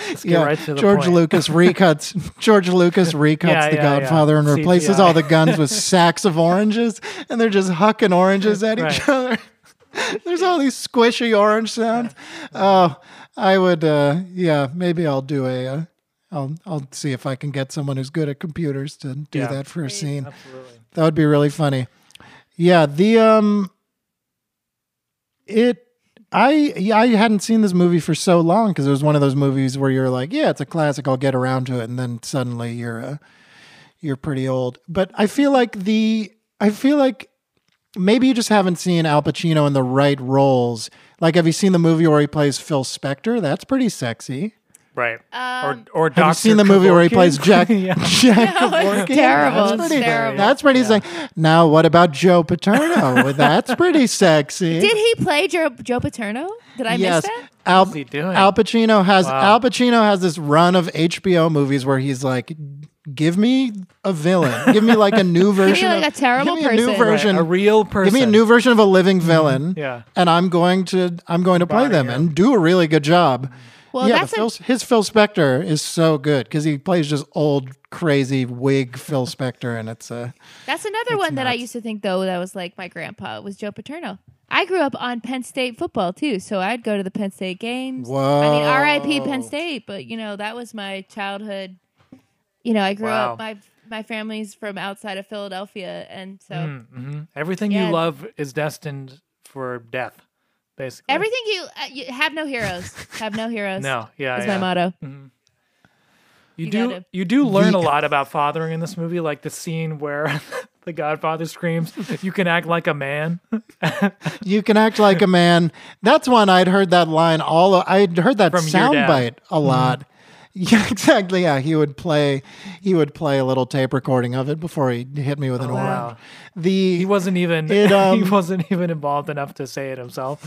B: Let's get right to the
A: George
B: point.
A: Lucas recuts George Lucas recuts
B: Yeah,
A: The
B: yeah, yeah.
A: Godfather and replaces
B: CGI.
A: all the guns with sacks of oranges, and they're just hucking oranges at each
B: Right.
A: other. There's all these squishy orange sounds. Oh, I would. Uh, yeah, maybe I'll do a. Uh, I'll I'll see if I can get someone who's good at computers to do
B: Yeah.
A: that for a scene.
B: Absolutely.
A: That would be really funny. Yeah, the um it I yeah, I hadn't seen this movie for so long because it was one of those movies where you're like, yeah, it's a classic, I'll get around to it, and then suddenly you're uh, you're pretty old. But I feel like the I feel like maybe you just haven't seen Al Pacino in the right roles. Like, have you seen the movie where he plays Phil Spector? That's pretty sexy.
B: Right.
C: Um,
B: or or
A: Have you
B: Dr.
A: seen the movie where he plays
B: Kevorkian?
A: Jack?
B: Yeah.
A: Jack
C: No, it's
A: Kevorkian?
C: terrible.
A: That's
C: It's
A: pretty,
C: terrible.
A: That's pretty sexy. Now, what about Joe Paterno? Well, That's pretty sexy.
C: did he play Joe, Joe Paterno? Did I
A: yes,
C: miss that?
A: Al,
B: What's he doing?
A: Al Pacino has
B: Wow.
A: Al Pacino has this run of HBO movies where he's like, "Give me a villain. Give me like a new version.
C: like,
A: of,
C: a terrible
A: give me A new
C: person."
B: Right,
A: version.
B: a real person.
A: Give me a new version of a living villain.
B: Mm-hmm. Yeah.
A: And I'm going to I'm going to play them
B: yeah.
A: and do a really good job.
C: Well,
A: yeah, the
C: that's a-
A: Phil, his Phil Spector is so good because he plays just old crazy wig Phil Spector, and it's uh,
C: That's another one that I used to think though that was like my grandpa was Joe Paterno. I grew up on Penn State football too, so I'd go to the Penn State games. I mean,
A: Whoa.
C: R.I.P.
B: Oh.
C: Penn State, but you know that was my childhood. You know, I grew
B: Wow.
C: up my my family's from outside of Philadelphia, and so
B: hmm Everything
C: Yeah.
B: you love is destined for death, basically.
C: everything you, uh, you have no heroes, have no heroes.
B: No, yeah,
C: is
B: yeah.
C: my motto.
B: You,
C: You
B: do
C: gotta-
B: you do learn
A: The-
B: a lot about fathering in this movie, like the scene where the Godfather screams, "You can act like a man."
A: You can act like a man. That's one I'd heard that line all. I'd heard that
B: From your dad. Mm-hmm.
A: soundbite a lot. Yeah, exactly. Yeah, he would play. He would play a little tape recording of it before he hit me with an orange.
B: Oh, wow.
A: The
B: He wasn't even
A: It,
B: he
A: um,
B: wasn't even involved enough to say it himself.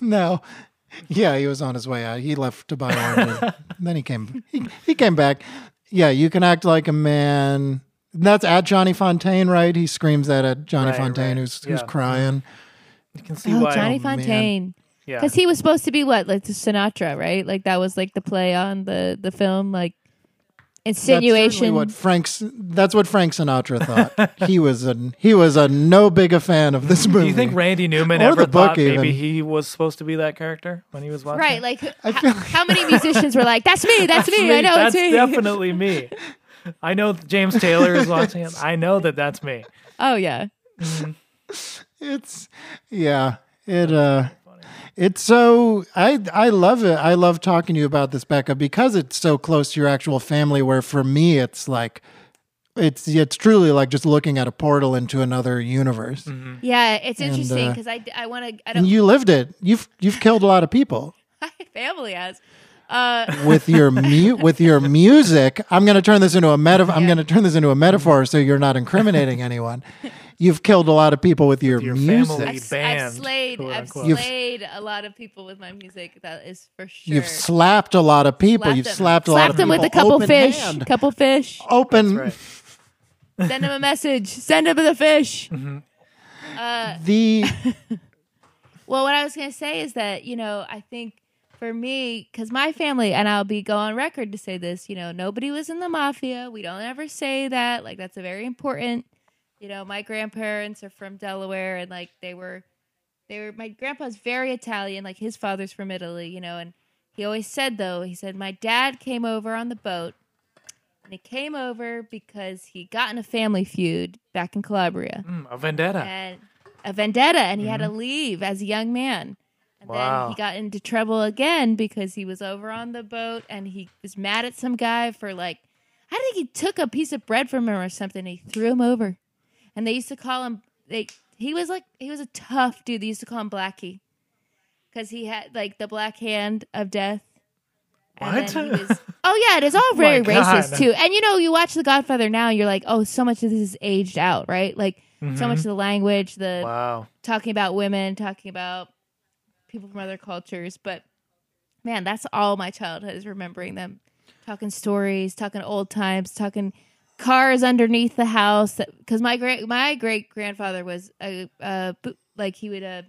A: No. Yeah, he was on his way out. He left to buy oranges. And then he came he, he came back. Yeah, you can act like a man. And that's at Johnny Fontaine, right? He screams that at Johnny
B: Right,
A: Fontaine
B: right.
A: who's who's
B: Yeah.
A: crying.
B: You can see
C: Oh,
B: why.
C: Johnny
A: Oh, man.
C: Fontaine.
B: yeah.
C: Because he was supposed to be what, like the Sinatra, right? Like that was like the play on the the film, like
A: That's certainly
C: insinuation.
A: what Frank's that's what Frank Sinatra thought. he was a he was a no big a fan of this movie.
B: do you think Randy Newman
A: Or
B: ever
A: the book
B: thought maybe
A: even.
B: he was supposed to be that character when he was watching?
C: right? Like, h- how many musicians were like, "That's me, that's, me, I know
B: that's
C: it's me."
B: definitely me. I know James Taylor is watching it. I know that that's me.
C: oh yeah,
A: it's yeah it uh it's so i i love it i love talking to you about this becca because it's so close to your actual family where for me it's like it's it's truly like just looking at a portal into another universe.
B: Mm.
C: Yeah, it's
A: And,
C: interesting
A: uh,
C: because I, I want to. I
A: And
C: don't.
A: you lived it. You've you've killed a lot of people
C: my family has. Uh,
A: with your mu- with your music. I'm going to turn this into a meta- I'm
C: Yeah.
A: going to turn this into a metaphor so you're not incriminating anyone. You've killed a lot of people with your,
B: your
A: music.
B: family.
C: I've, s- I've
B: band,
C: slayed.
B: quote,
C: I've
B: unquote.
A: You've-
C: slayed a lot of people with my music. That is for sure.
A: You've slapped a lot of people.
C: Slapped
A: you've
C: them.
A: slapped a lot
C: Slapped
A: of
C: them
A: people.
C: with a couple
A: Open
C: fish.
A: hand.
C: Couple fish.
A: Open
B: That's right.
C: Send him a message. Send him the fish.
A: the
C: Well, what I was going to say is that, you know, I think for me, because my family, and I'll be go on record to say this, you know, nobody was in the mafia. We don't ever say that. Like, that's a very important, you know, my grandparents are from Delaware and like they were, they were, my grandpa's very Italian. Like, his father's from Italy, you know, and he always said, though, he said, my dad came over on the boat and he came over because he got in a family feud back in Calabria
B: Mm, a vendetta. Mm-hmm.
C: and a vendetta, and he had to leave as a young man. And
B: Wow.
C: then he got into trouble again because he was over on the boat and he was mad at some guy for like, I think he took a piece of bread from him or something. And he threw him over, and they used to call him. They he was like he was a tough dude. They used to call him Blackie because he had like the black hand of death. And
B: What?
C: then he was- oh yeah, it is all very
B: my God.
C: racist too. And you know, you watch The Godfather now, and you're like, oh, so much of this is aged out, right? Like so much of the language, the
B: Wow.
C: talking about women, talking about people from other cultures. But man, that's all my childhood is remembering them talking stories, talking old times, talking cars underneath the house. Because my great my great grandfather was a, a bo- like he would uh,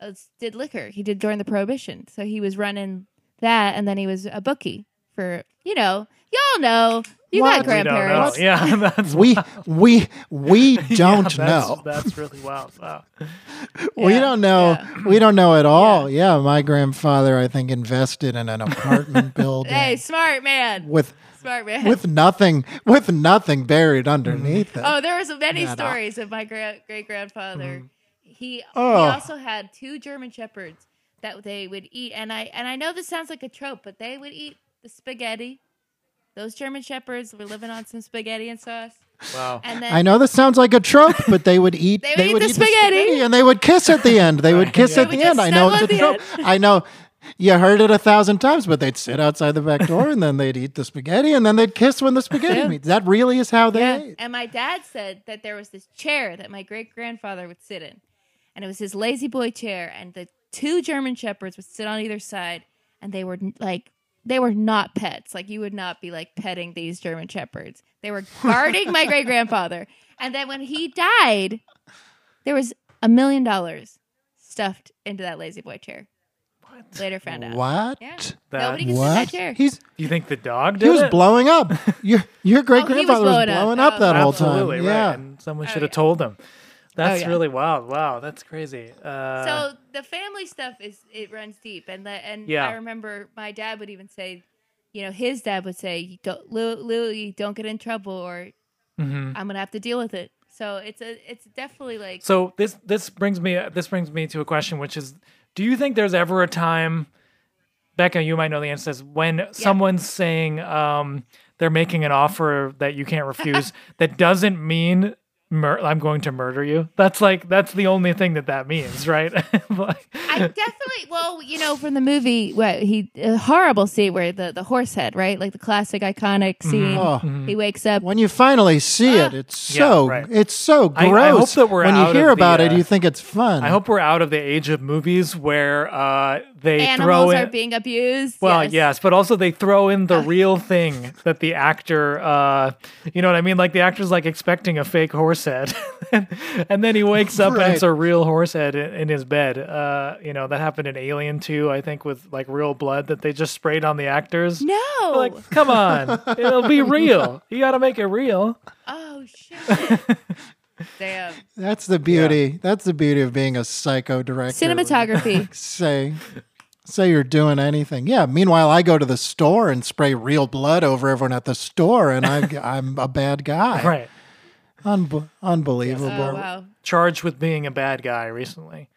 C: uh did liquor. He did during the prohibition, so he was running that, and then he was a bookie for you know y'all know you
A: What?
C: got
A: We
B: We don't know.
C: grandparents.
B: Yeah, that's
A: we we we don't
B: yeah, that's-
A: know.
B: That's really wild. Wow.
A: we
C: Yeah,
A: don't know.
C: yeah.
A: We don't know at all. Yeah. my grandfather, I think, invested in an apartment building
C: Hey, smart man,
A: with
C: smart man.
A: with nothing with nothing buried underneath it.
C: Oh, there was many
A: Not all.
C: stories of my gra- great grandfather. He
A: Oh.
C: he also had two German shepherds that they would eat, and I and I know this sounds like a trope, but they would eat the spaghetti. Those German shepherds were living on some spaghetti and sauce,
B: Wow.
C: and then
A: I know this sounds like a trope, but they would eat.
C: They would eat the spaghetti.
A: and they would kiss at the end. They would kiss
B: They
A: at
C: would
A: the
C: get
A: end. I know it's a
C: snuggled at
A: trope.
C: the
A: I know. You heard it a thousand times, but they'd sit outside the back door and then they'd eat the spaghetti and then they'd kiss when the spaghetti
C: Yeah.
A: meets. That really is how they ate.
C: And my dad said that there was this chair that my great grandfather would sit in, and it was his lazy boy chair, and the two German shepherds would sit on either side, and they were like they were not pets. Like you would not be like petting these German shepherds. They were guarding my great grandfather. And then when he died, there was a million dollars stuffed into that lazy boy chair.
B: What?
C: Later found out.
A: What?
C: Yeah.
B: That-
C: Nobody can sit in
A: What?
C: that chair.
A: He's
B: You think the dog did
A: he was
B: it?
A: blowing up. Your your great
C: Oh, he was
A: grandfather was
C: blowing up.
A: blowing up,
C: Oh,
A: that whole time.
B: Absolutely
A: yeah. Oh,
B: right. And someone
C: Oh,
B: should have
C: yeah.
B: told them. That's
C: yeah.
B: really wild. Wow, that's crazy. Uh,
C: so the family stuff is it runs deep and the and
B: Yeah.
C: i remember my dad would even say you know his dad would say "You don't Lou- louie don't get in trouble or
B: mhm.
C: i'm gonna have to deal with it so it's a it's definitely like
B: So this this brings me this brings me to a question, which is, do you think there's ever a time, Becca, you might know the answer, to this, when someone's saying um, they're making an offer that you can't refuse that doesn't mean mur- I'm going to murder you? That's like that's the only thing that that means, right? Like-
C: I definitely well, you know, from the movie, what he a horrible scene where the the horse head, right, like the classic
B: Mm-hmm.
C: iconic scene.
A: Oh.
C: He wakes up,
A: When you finally see it, it's
B: Ah. Yeah,
A: so
B: right.
A: it's so
B: I- I
A: gross.
B: hope that we're
A: when you
B: out of
A: hear
B: the,
A: about it,
B: uh,
A: you think it's fun.
B: I hope we're out of the age of movies where uh, they throw
C: animals
B: in.
C: are being abused.
B: well, yes.
C: yes.
B: but also they throw in the real thing that the actor, uh, you know what I mean? Like the actor's like expecting a fake horse head, and then he wakes up and it's
A: Right.
B: a real horse head in, in his bed. Uh, you know that happened in Alien 2, I think, with like real blood that they just sprayed on the actors.
C: No.
B: Like, come on, it'll be real. You got to make it real.
C: oh shit. Damn.
A: That's the beauty. That's the beauty of being a psycho director.
C: Cinematography.
A: Say, say you're doing anything. Yeah. Meanwhile, I go to the store and spray real blood over everyone at the store, and I, I'm a bad guy.
B: Right.
A: Unbe- unbelievable.
C: oh wow.
B: Charged with being a bad guy recently.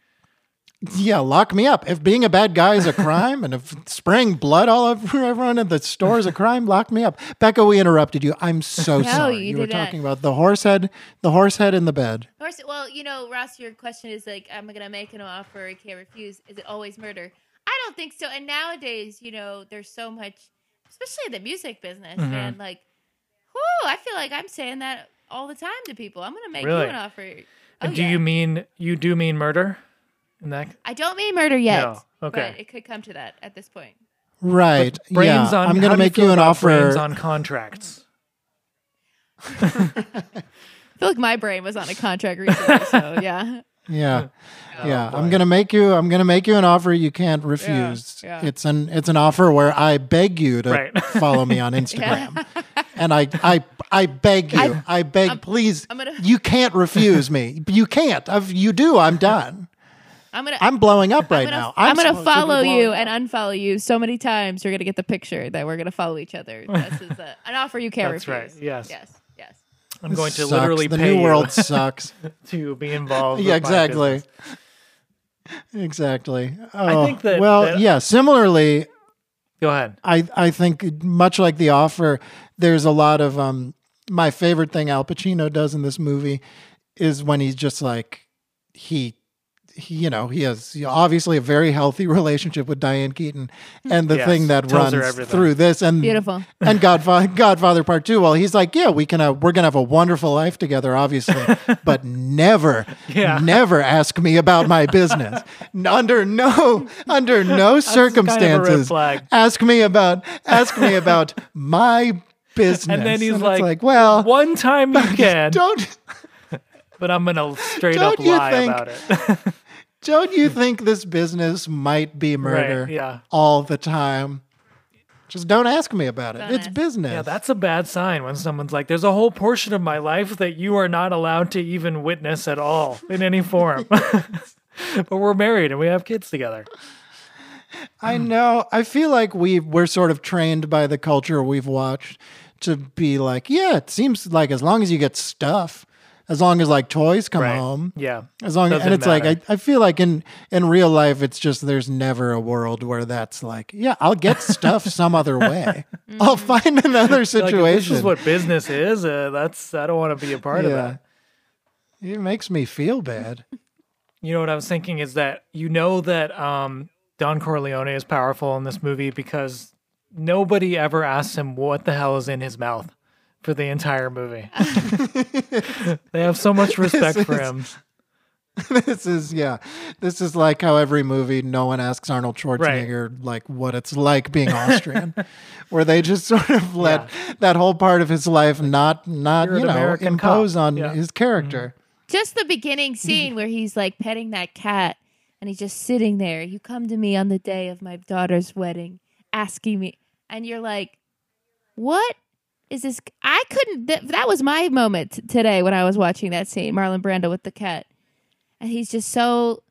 A: Yeah, lock me up. If being a bad guy is a crime and if spraying blood all over everyone at the store is a crime, lock me up. Becca, we interrupted you. I'm so
C: No,
A: sorry.
C: you
A: were
C: did not.
A: talking about the horse head, the horse head in the bed.
C: Of course, well, you know, Ross, your question is like, I'm going to make an offer, I can't refuse. Is it always murder? I don't think so. And nowadays, you know, there's so much, especially in the music business,
B: Mhm.
C: man. Like, whoo, I feel like I'm saying that all the time to people. I'm going to make
B: Really?
C: you an offer. Oh,
B: And do
C: yeah.
B: you mean you do mean murder? In that
C: I don't mean murder yet.
B: No. Okay.
C: But it could come to that at this point.
A: Right.
B: brains
A: yeah.
B: on
A: I'm
B: how
A: going to
B: do
A: make
B: feel
A: you an
B: about brains
A: offer.
B: on contracts.
C: I feel like my brain was on a contract recently. so, yeah. Oh,
A: yeah. yeah.
B: boy.
A: I'm going to make you I'm going to make you an offer you can't refuse.
C: yeah.
A: It's an it's an offer where I beg you to
B: Right.
A: follow me on
C: Yeah.
A: Instagram. And I I I beg you. I, beg please
C: I'm gonna-
A: you can't refuse me. You can't. I've, you do. I'm done.
C: I'm going to.
A: I'm blowing up right
C: I'm gonna,
A: now.
C: I'm gonna
A: supposed to be
C: follow you
A: blowing up.
C: and unfollow you so many times. You're gonna get the picture that we're gonna follow each other. This is a, an offer you can't
B: That's
C: refuse.
B: right. Yes.
C: Yes. Yes.
B: I'm going to
A: Sucks.
B: literally
A: the
B: pay
A: new
B: you
A: world sucks.
B: to be involved.
A: yeah,
B: with my
A: exactly.
B: business.
A: Exactly.
B: I think
A: Oh,
B: that-
A: well,
B: that-
A: yeah. Similarly,
B: Go ahead.
A: I I think much like the offer, there's a lot of um. My favorite thing Al Pacino does in this movie is when he's just like he. He, you know, he has obviously a very healthy relationship with Diane Keaton, and the
B: Yes,
A: thing that
B: tells her
A: runs
B: everything.
A: through this and
C: Beautiful.
A: and Godfather, Godfather Part Two. Well, he's like, yeah, we can, uh, we're gonna have a wonderful life together, obviously, but never,
B: Yeah.
A: never ask me about my business. N- under no, under no
B: kind of a red
A: circumstances,
B: flag.
A: ask me about, ask me about my business.
B: And then he's
A: it's
B: like,
A: well,
B: One time you can,
A: Uh, don't,
B: but I'm gonna straight up
A: don't you
B: lie
A: think-
B: about it.
A: don't you think this business might be murder
B: Right, yeah.
A: all the time? Just don't ask me about it.
C: Don't
A: it's
C: ask.
A: business.
B: Yeah, that's a bad sign when someone's like, "There's a whole portion of my life that you are not allowed to even witness at all in any form." but we're married and we have kids together.
A: I know. I feel like we we're sort of trained by the culture we've watched to be like, yeah, it seems like as long as you get stuff, as long as like toys come
B: Right.
A: home,
B: Yeah.
A: Um, as long
B: Doesn't
A: and it's
B: matter.
A: like I, I feel like in in real life it's just there's never a world where that's like, yeah, I'll get stuff some other way. I'll find another
B: Like, if
A: situation.
B: this is what business is. Uh, that's I don't want to be a part of
A: Yeah.
B: that.
A: It makes me feel bad.
B: You know what I was thinking is that you know that um, Don Corleone is powerful in this movie because nobody ever asks him what the hell is in his mouth for the entire movie. they have so much respect for
A: is-
B: him.
A: this is yeah. This is like how every movie no one asks Arnold Schwarzenegger like what it's like being Austrian, where they just sort of let that whole part of his life not not
B: You're
A: you
B: an
A: know
B: American
A: impose
B: cop.
A: on
B: Yeah.
A: his character.
C: Just the beginning scene where he's like petting that cat and he's just sitting there. You come to me on the day of my daughter's wedding, asking me, and you're like, "What is this?" I couldn't. Th- that was my moment t- today when I was watching that scene, Marlon Brando with the cat, and he's just so,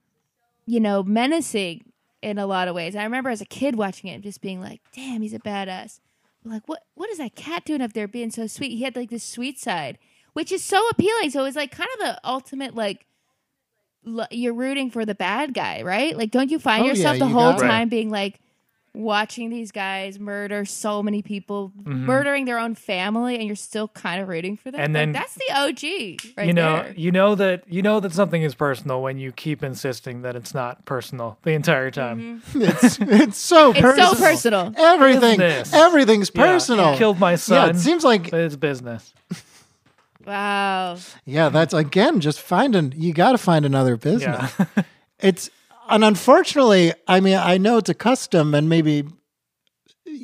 C: you know, menacing in a lot of ways. I remember as a kid watching it, just being like, "Damn, he's a badass." Like, what what is that cat doing up there, being so sweet? He had like this sweet side, which is so appealing. So it's like kind of the ultimate like. L- you're rooting for the bad guy, right? Like, don't you find
A: Oh,
C: yourself
A: yeah,
C: the
A: you
C: whole
A: got-
C: time
B: Right.
C: being like, watching these guys murder so many people,
B: Mhm.
C: murdering their own family, and you're still kind of rooting for them.
B: And
C: Like,
B: then-
C: that's the OG, right
B: you know,
C: there.
B: you know that you know that something is personal when you keep insisting that it's not personal the entire time.
A: Mm-hmm. It's it's so
C: It's
A: personal.
C: so personal.
A: Everything
B: Business.
A: everything's
B: Yeah,
A: personal.
B: you Killed my
A: Yeah,
B: son.
A: it seems like
B: but it's business.
C: Wow.
A: yeah, that's again just finding you got to find another business.
B: Yeah.
A: it's and unfortunately, I mean, I know it's a custom, and maybe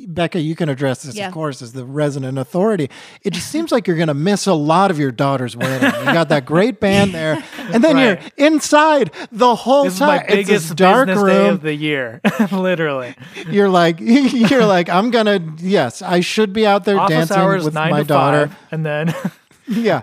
A: Becca, you can address this,
C: Yeah.
A: of course, as the resident authority. It just seems like you're going to miss a lot of your daughter's wedding. You got that great band there, and then
B: Right.
A: you're inside the whole
B: This is
A: time.
B: my
A: It's this
B: biggest
A: dark
B: business day
A: room.
B: of the year, literally.
A: You're like, you're like, I'm gonna. Yes, I should be out there
B: Office
A: dancing
B: hours
A: with
B: nine
A: my
B: to
A: daughter.
B: five, and then
A: Yeah,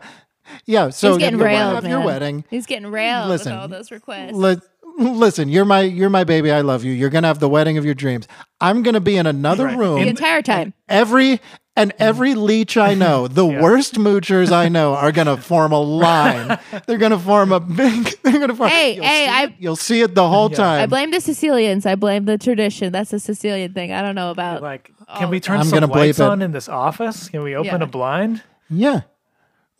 A: yeah. So
C: He's getting
A: the
C: railed.
A: of your
C: man.
A: wedding.
C: He's getting railed
A: Listen,
C: with all those requests.
A: Li- listen, you're my you're my baby. I love you. You're gonna have the wedding of your dreams. I'm gonna be in another
B: Right.
A: room
C: the entire time.
A: every And
C: Mm-hmm.
A: every leech I know, the worst moochers I know, are going to form a line. they're going to form a big. They're going to form.
C: Hey,
A: you'll
C: hey,
A: see
C: I-
A: it- you'll see it the whole
C: I
A: time.
C: blame the Sicilians. I blame the tradition. That's a Sicilian thing. I don't know about.
B: Like, can we turn
A: I'm
B: some
A: gonna bleep
B: lights
A: it.
B: on in this office? Can we open
C: Oh, Yeah.
B: a blind?
A: yeah.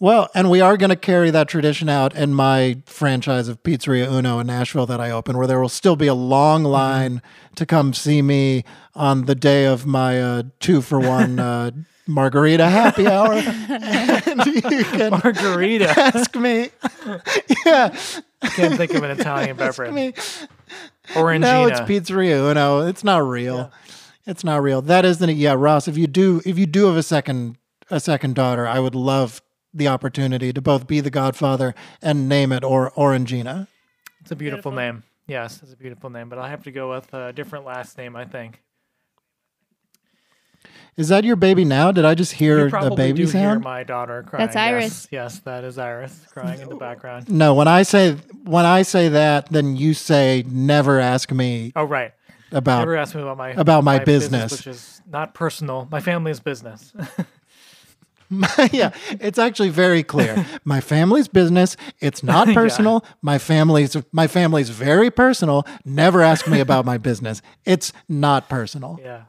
A: Well, and we are going to carry that tradition out in my franchise of Pizzeria Uno in Nashville that I open, where there will still be a long line to come see me on the day of my uh, two for one uh, margarita happy hour. and you can
B: Margarita.
A: ask me. yeah.
B: Can't think of an Italian
A: I
B: beverage.
A: mean,
B: Orangina.
A: no, it's Pizzeria Uno. It's not real. It's not real. That isn't it. Yeah, Ross. If you do, if you do have a second, a second daughter, I would love the opportunity to both be the Godfather and name it or Orangina.
B: It's a beautiful, name. Yes, it's a beautiful name, but I have to go with a different last name, I think.
A: Is that your baby now? Did I just hear
B: You
A: a
B: probably
A: baby
B: do hear
A: sound?
B: my daughter crying.
C: That's Iris.
B: Yes, yes, that is Iris crying in the background.
A: no. When I say when I say that, then you say never ask me
B: Oh, right.
A: about.
B: Never asked me about my
A: Uh, About my business.
B: which is not personal. My family is business.
A: yeah, it's actually very clear. my family's business. It's not personal. My family's my family's very personal. Never ask me about my business. It's not personal.
B: yeah.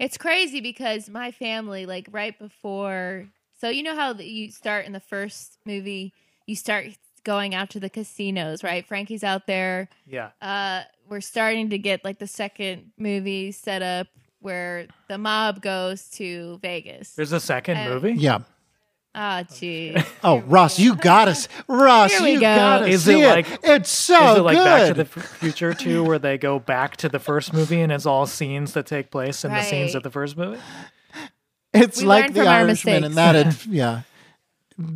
C: It's crazy because my family, like right before, so you know how that you start in the first movie, you start going out to the casinos, right? Frankie's out there.
B: Yeah.
C: Uh, we're starting to get like the second movie set up where the mob goes to Vegas.
B: There's a second
C: Uh,
B: movie.
A: Yeah.
C: Ah, gee.
A: Oh, Ross, you got us. Ross,
C: Here we
A: you
C: go.
A: got to
B: Is
A: see
B: it
A: it.
B: like-
A: it's so
B: is it like
A: Oh, good.
B: Back to the F- Future too, where they go back to the first movie and it's all scenes that take place in the scenes
C: Right.
B: of the first movie?
A: It's
C: We
A: like
C: learn
A: The
C: from our
A: Irishman and
C: mistakes.
A: that it yeah.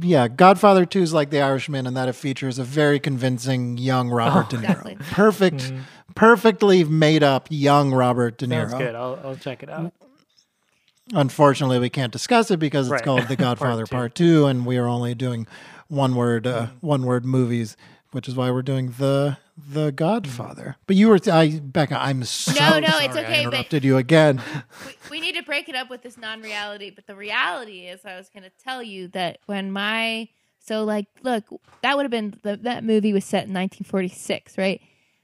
A: Yeah, Godfather 2 is like The Irishman and that it features a very convincing young Robert De
B: Oh,
A: Niro.
C: Exactly.
A: Perfect perfectly made up young Robert De Niro.
B: Mm-hmm. Sounds good. I'll, I'll check it out.
A: Unfortunately, we can't discuss it because it's
B: Right.
A: called The Godfather
B: Part
A: Part,
B: two. Mm.
A: two. and we are only doing one word uh, one word movies, which is why we're doing the
B: Mm.
A: The Godfather. But you were I Becca, I'm so
C: No, no,
A: sorry
C: it's
A: I
C: okay, but-
A: interrupted you again.
C: we, we need to break it up with this non-reality but the reality is i was going to tell you that when my so like look that would have been the, that movie was set in 1946 right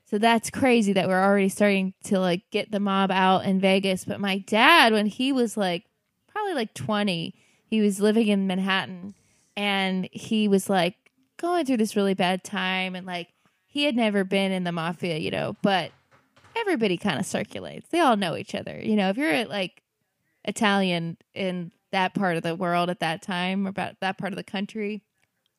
C: so that's crazy that we're already starting to like get the mob out in vegas but my dad when he was like probably like 20 he was living in manhattan and he was like going through this really bad time and like he had never been in the mafia you know but everybody kind of circulates. They all know each other. You know, if you're like Italian in that part of the world at that time, or about that part of the country,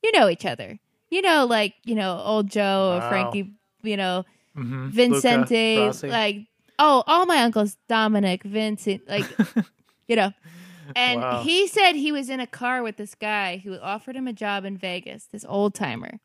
C: you know each other. You know, like you know, old
B: Wow.
C: Joe or Frankie. You know,
B: Mm-hmm.
C: Vincente. like, oh, all my uncles, Dominic, Vincent. Like, you know. And
B: Wow.
C: he said he was in a car with this guy who offered him a job in Vegas, this old timer.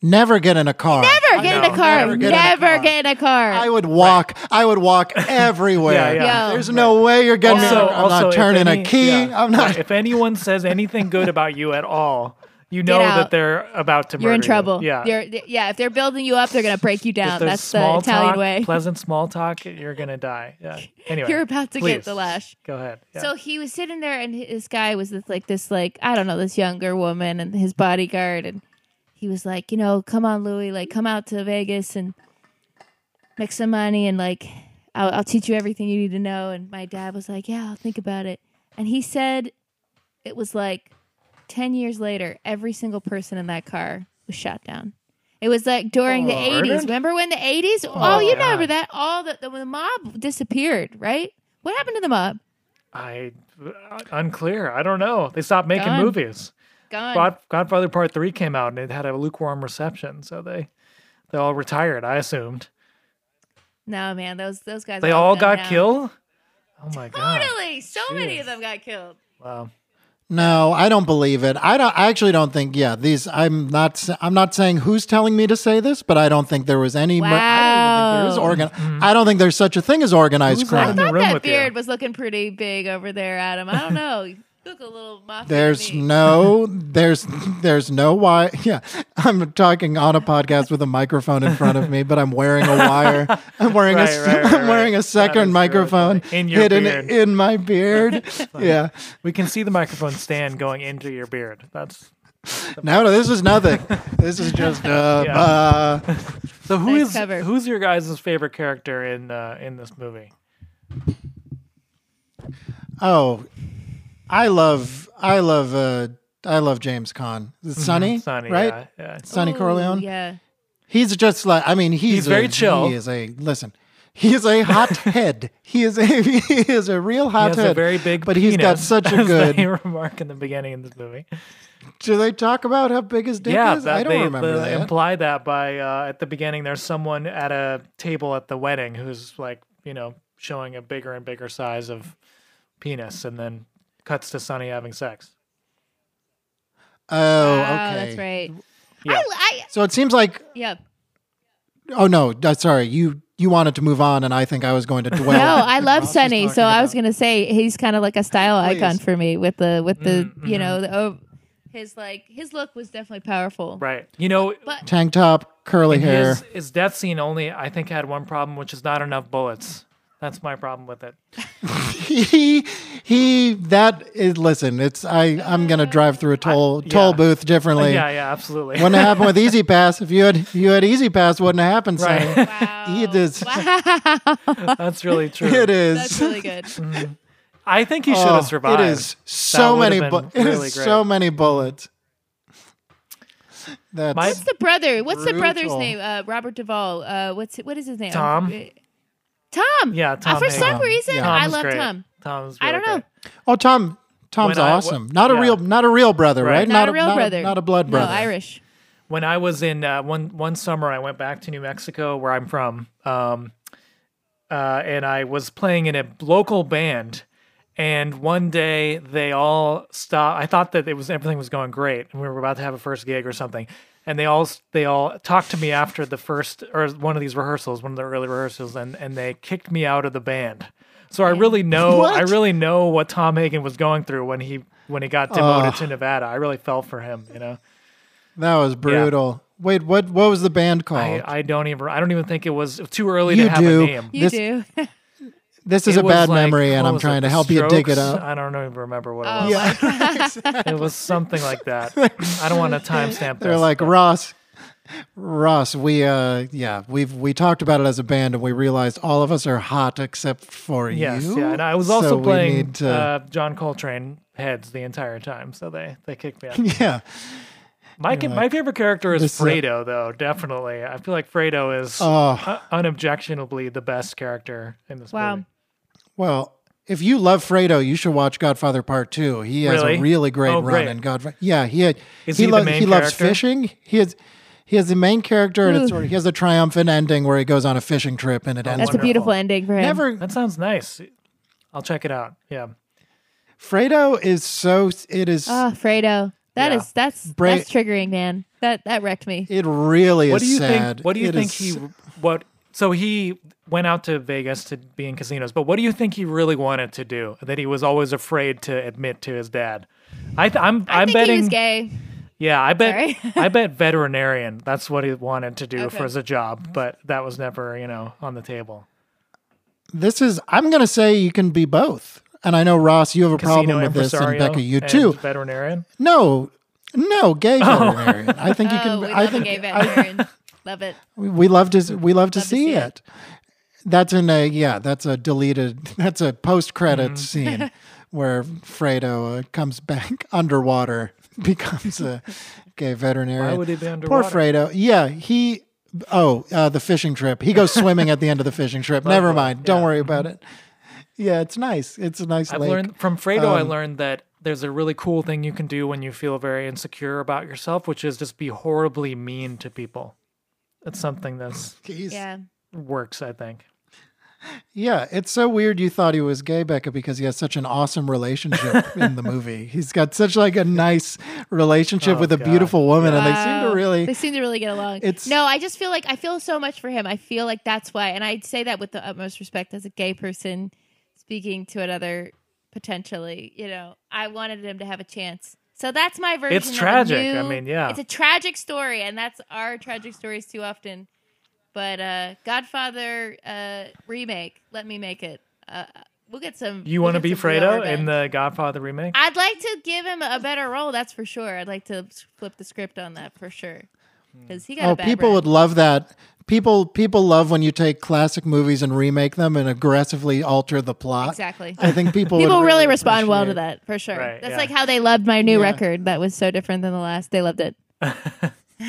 A: Never get in a car.
C: Never get in
B: know.
C: a car.
B: Never
C: Never
A: get
C: get,
A: in a car.
C: in a car.
A: I would walk. I would walk everywhere.
B: Yeah, yeah.
C: Yo.
A: There's no way you're getting.
B: also,
A: in, I'm
B: also,
A: not
B: if
A: turning
B: any-
A: a key.
B: yeah,
A: I'm not.
B: right. If anyone says anything good about you at all, you know that
C: out.
B: they're about to murder
C: You're in
B: you.
C: trouble.
B: Yeah.
C: You're- th- yeah. If they're building you up, they're gonna break you
B: If
C: down.
B: there's
C: That's the
B: small
C: Italian
B: talk,
C: way.
B: Pleasant small talk, you're gonna die. Yeah. Anyway,
C: You're about to get
B: please,
C: the lash.
B: Go ahead. Yeah.
C: So he was sitting there, and h- this guy was this, like this, like I don't know, this younger woman and his bodyguard, and he was like, you know, come on, Louis, like come out to Vegas and make some money, and like I'll, I'll teach you everything you need to know. And my dad was like, yeah, I'll think about it. And he said it was like ten years later, every single person in that car was shot down. It was like during the
B: Oh,
C: eighties.
B: murdered?
C: Remember when the eighties? Oh, you
B: God.
C: remember that? All the, the when the mob disappeared, right? What happened to the mob?
B: I uh, unclear. I don't know. They stopped making
C: Gone.
B: movies.
C: Gone.
B: God, Godfather Part Three came out and it had a lukewarm reception, so they they all retired. I assumed
C: No, man, those those guys.
B: they all
C: done
B: got
C: now.
B: killed. Oh my god!
C: Totally, so many of them got killed.
B: Wow.
A: No, I don't believe it. I don't. I actually don't think. Yeah, these. I'm not. s- I'm not saying who's telling me to say this, but I don't think there was any. mur- I don't even think there is organ. I don't think there's such a thing as organized
B: Mm-hmm. Who's
A: crime.
B: that?
C: Thought
B: room
C: that
B: with you.
C: beard was looking pretty big over there, Adam. I don't know. Look a little mafia.
A: There's
C: to me.
A: no there's there's no wire. Yeah, I'm talking on a podcast with a microphone in front of me, but I'm wearing a wire. I'm wearing
B: Right,
A: a s-
B: right, right,
A: I'm wearing a
B: right. That is
A: second
B: really
A: microphone
B: funny. In your
A: hidden
B: beard.
A: in my beard. yeah.
B: We can see the microphone stand going into your beard. That's
A: No, no, this is nothing. This is just uh,
B: Yeah.
A: uh
B: so. Who
C: Nice
B: is
C: cover.
B: who's your guys' favorite character in uh, in this movie?
A: oh, I love I love uh I love James Caan. Is it Sonny?
B: Mm-hmm. Sonny,
A: right?
B: yeah, yeah.
A: Sonny
C: Ooh,
A: Corleone.
C: Oh, Yeah.
A: He's just like I mean he's,
B: He's very
A: a-
B: chill.
A: He is a listen. He is a hot head. He is a he is a real
B: He
A: hot
B: has
A: head.
B: a very big,
A: but he's got
B: penis,
A: such a
B: as
A: good.
B: they remark in the beginning of this movie.
A: Do they talk about how big his dick
B: yeah,
A: is?
B: that
A: I don't
B: they,
A: remember
B: they
A: that.
B: imply that by uh, at the beginning. There's someone at a table at the wedding who's like you know showing a bigger and bigger size of penis, and then cuts to Sonny having sex.
A: oh, okay.
C: Wow, Ah, that's right.
B: Yeah.
C: I, I,
A: So it seems like
C: yeah.
A: oh no, uh, sorry. You you wanted to move on, and I think I was going to dwell.
C: No, I love
A: Ross was
C: Sunny. So
A: talking
C: I was
A: about-
C: gonna say he's kind of like a style
A: Please.
C: icon for me with the with the
B: Mm,
C: you know the oh, his like his look was definitely powerful.
B: Right. You know,
C: But
A: tank top, curly hair.
B: his, his death scene only I think had one problem, which is not enough bullets. That's my problem with it.
A: he he. That is. Listen, it's I. I'm gonna drive through a toll
B: yeah.
A: toll booth differently.
B: yeah, yeah, absolutely.
A: Wouldn't have happened with Easy Pass. If you had if you had Easy Pass, wouldn't have happened. Sonny.
B: right.
C: Oh, wow,
A: He does.
C: Wow,
B: That's really true.
A: It is.
C: that's really good.
B: I think he should
A: Oh,
B: have survived.
A: It is so
B: would've
A: many.
B: been
A: Bu- it
B: really
A: is
B: great.
A: so many bullets. That's
B: My-
C: What's the brother? What's the brother's
A: Brutal.
C: name? Uh, Robert Duvall. Uh, what's what is his name?
B: Tom?
C: Uh, Tom.
B: Yeah, Tom
C: Uh, for
B: Hanks.
C: some reason,
A: Yeah.
C: I
B: Tom's
C: love
B: great.
C: Tom.
B: Tom's.
C: I
B: really
C: don't know.
B: great.
A: oh Tom. Tom's
B: When I-
A: awesome. not a
B: yeah.
A: real, not a real brother, right?
B: Right.
C: Not, a real
A: not
C: brother.
A: not a blood brother.
C: No, Irish.
B: when I was in uh, one one summer, I went back to New Mexico, where I'm from, um, uh, and I was playing in a local band. And one day they all stopped. I thought that it was everything was going great, and we were about to have a first gig or something. And they all they all talked to me after the first or one of these rehearsals, one of the early rehearsals, and and they kicked me out of the band. So I really know I
A: What?
B: really know what Tom Hagen was going through when he when he got demoted to Nevada. I really felt for him, you know.
A: That was brutal. Wait, what? What was the band called?
B: I, uh, I don't even. I don't even think it was too early
A: You
B: to have
A: do.
B: a name.
C: You
A: This-
C: do.
A: this is
B: It
A: a
B: was
A: bad
B: like-
A: memory, and
B: what
A: I'm
B: was
A: trying
B: it,
A: to help
B: The
A: you dig it
B: Strokes?
A: up.
B: I don't even remember what it
C: Oh,
B: was.
A: yeah,
B: It was something like that. I don't want to timestamp.
A: they're
B: this,
A: like
B: but-
A: Ross. Ross, we uh, yeah, we've we talked about it as a band, and we realized all of us are hot except for
B: yes,
A: you.
B: yeah. And I was also
A: So we
B: playing
A: need to-
B: uh, John Coltrane heads the entire time, so they they kicked me out.
A: yeah.
B: My my favorite character is
A: this is a-
B: Fredo, though. Definitely, I feel like Fredo is
A: Oh,
B: uh, unobjectionably the best character in this
C: Wow.
B: movie.
A: Well, if you love Fredo, you should watch Godfather Part Two. He has
B: Really?
A: a really great
B: Oh,
A: run
B: great.
A: in Godfather. Yeah, he had,
B: Is he the main
A: he loves
B: character?
A: fishing. He is he is the main character, and
C: Ooh.
A: it's sort of, he has a triumphant ending where he goes on a fishing trip and it ends.
C: That's a
B: Wonderful.
C: beautiful ending for him.
A: Never
B: That sounds nice. I'll check it out. Yeah.
A: Fredo is so it is
B: Uh,
C: Oh, Fredo. That
B: Yeah.
C: is that's
A: Bra-
C: that's triggering, man. That that wrecked me.
A: it really
B: what
A: is
B: do you
A: sad.
B: think what do you
A: It
B: think
A: is-
B: he what so he went out to vegas to be in casinos but what do you think he really wanted to do that he was always afraid to admit to his dad I th- I'm
C: I
B: am
C: think
B: betting
C: he was gay.
B: yeah I bet
C: Sorry.
B: I bet veterinarian that's what he wanted to do
C: Okay.
B: for his job but that was never you know on the table
A: This is I'm gonna say you can be both. And I know Ross, you have a problem with this, and
B: impresario
A: Becca, you
B: and Oh.
A: too.
B: veterinarian
A: No, no, gay veterinarian. I think you
C: Oh,
A: can.
C: we
A: I
C: love a
A: think
C: gay veteran. love it.
A: We- we love to we love to see,
C: see
A: it. That's in a yeah. That's a deleted. That's a post
B: Mm.
A: credit scene where Fredo uh, comes back underwater, becomes a gay veterinarian.
B: Why would he be
A: Poor
B: underwater?
A: Fredo. Yeah, he. Oh, uh, the fishing trip. He goes swimming at the end of the fishing trip. Never mind. Don't worry about it. Yeah, it's nice. It's a nice
B: Mm-hmm. I've
A: lake.
B: learned from Fredo. I
A: um,
B: learned that there's a really cool thing you can do when you feel very insecure about yourself, which is just be horribly mean to people. That's something that's
A: He's- yeah.
C: Yeah.
B: works. I think.
A: it's so weird. You thought he was gay, Becca, because he has such an awesome relationship in the movie. He's got such like a nice relationship
B: Oh,
A: with a
B: God.
A: beautiful woman, and they seem
C: Wow.
A: to really
C: They seem to really get along.
A: It's-
C: no, I just feel like I feel so much for him. I feel like that's why, and I say that with the utmost respect as a gay person speaking to another potentially. You know, I wanted him to have a chance. So that's my version.
B: It's
C: of a
B: tragic. I
C: new-
B: mean, yeah.
C: it's a tragic story, and that's our tragic stories too often. But uh, Godfather uh, remake, let me make it. Uh, we'll get some.
B: You
C: we'll
B: want to
C: get
B: be
C: some real
B: Fredo in
C: revenge.
B: the Godfather remake?
C: I'd like to give him a better role. That's for sure. I'd like to flip the script on that for sure.
B: Hmm.
C: Because he got
A: Oh,
C: a bad
A: people
C: rap.
A: would love that. People people love when you take classic movies and remake them and aggressively alter the plot.
C: exactly.
A: I think people
C: People
A: would
C: really respond well to
A: appreciate-
C: that for sure.
B: Right,
C: That's
B: yeah.
C: like how they loved my new
A: Yeah.
C: record. That was so different than the last. They loved it.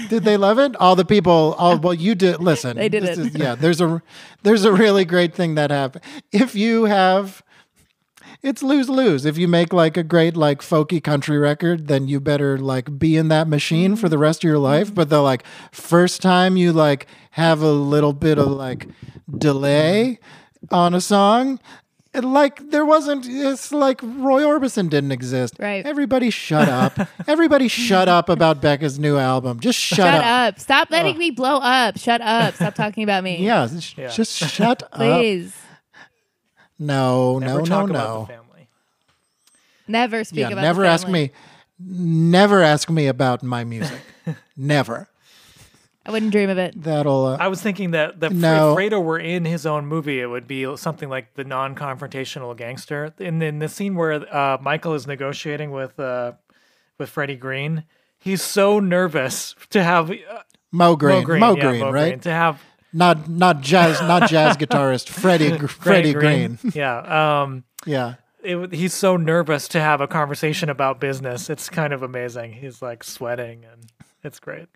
A: Did they love it? All the people. All well, you did. Listen,
C: They did
A: this
C: it.
A: is- yeah, there's a there's a really great thing that happened. If you have, it's lose lose. If you make like a great like folky country record, then you better like be in that machine for the
C: Mm-hmm.
A: rest of your life. But the like first time you like have a little bit of like delay on a song. it, Like there wasn't, it's like Roy Orbison didn't exist.
C: Right.
A: Everybody shut up. Everybody shut up about Becca's new album. Just shut,
C: Shut up. Stop letting me blow up. Shut up. Stop talking about me.
A: Yeah, sh-
B: Yeah.
A: just shut up.
C: Please.
A: No,
B: Never
A: no, no,
B: talk about
A: no.
B: the family.
C: Never speak
A: Yeah,
C: about
A: never
C: the
A: ask me.
C: family.
A: Never ask me about my music. never.
C: I wouldn't dream of it.
A: That'll. Uh,
B: I was thinking that that
A: No.
B: if Fredo were in his own movie, it would be something like the non-confrontational gangster. And then the scene where uh, Michael is negotiating with uh, with Freddie Green, he's so nervous to have uh,
A: Mo Green.
B: Mo Green, yeah, Mo
A: right?
B: Green, to have
A: Not not jazz not jazz guitarist Freddie Gr- Freddie Green.
B: yeah. Um,
A: Yeah.
B: it, w- he's so nervous to have a conversation about business. It's kind of amazing. He's like sweating, and it's great.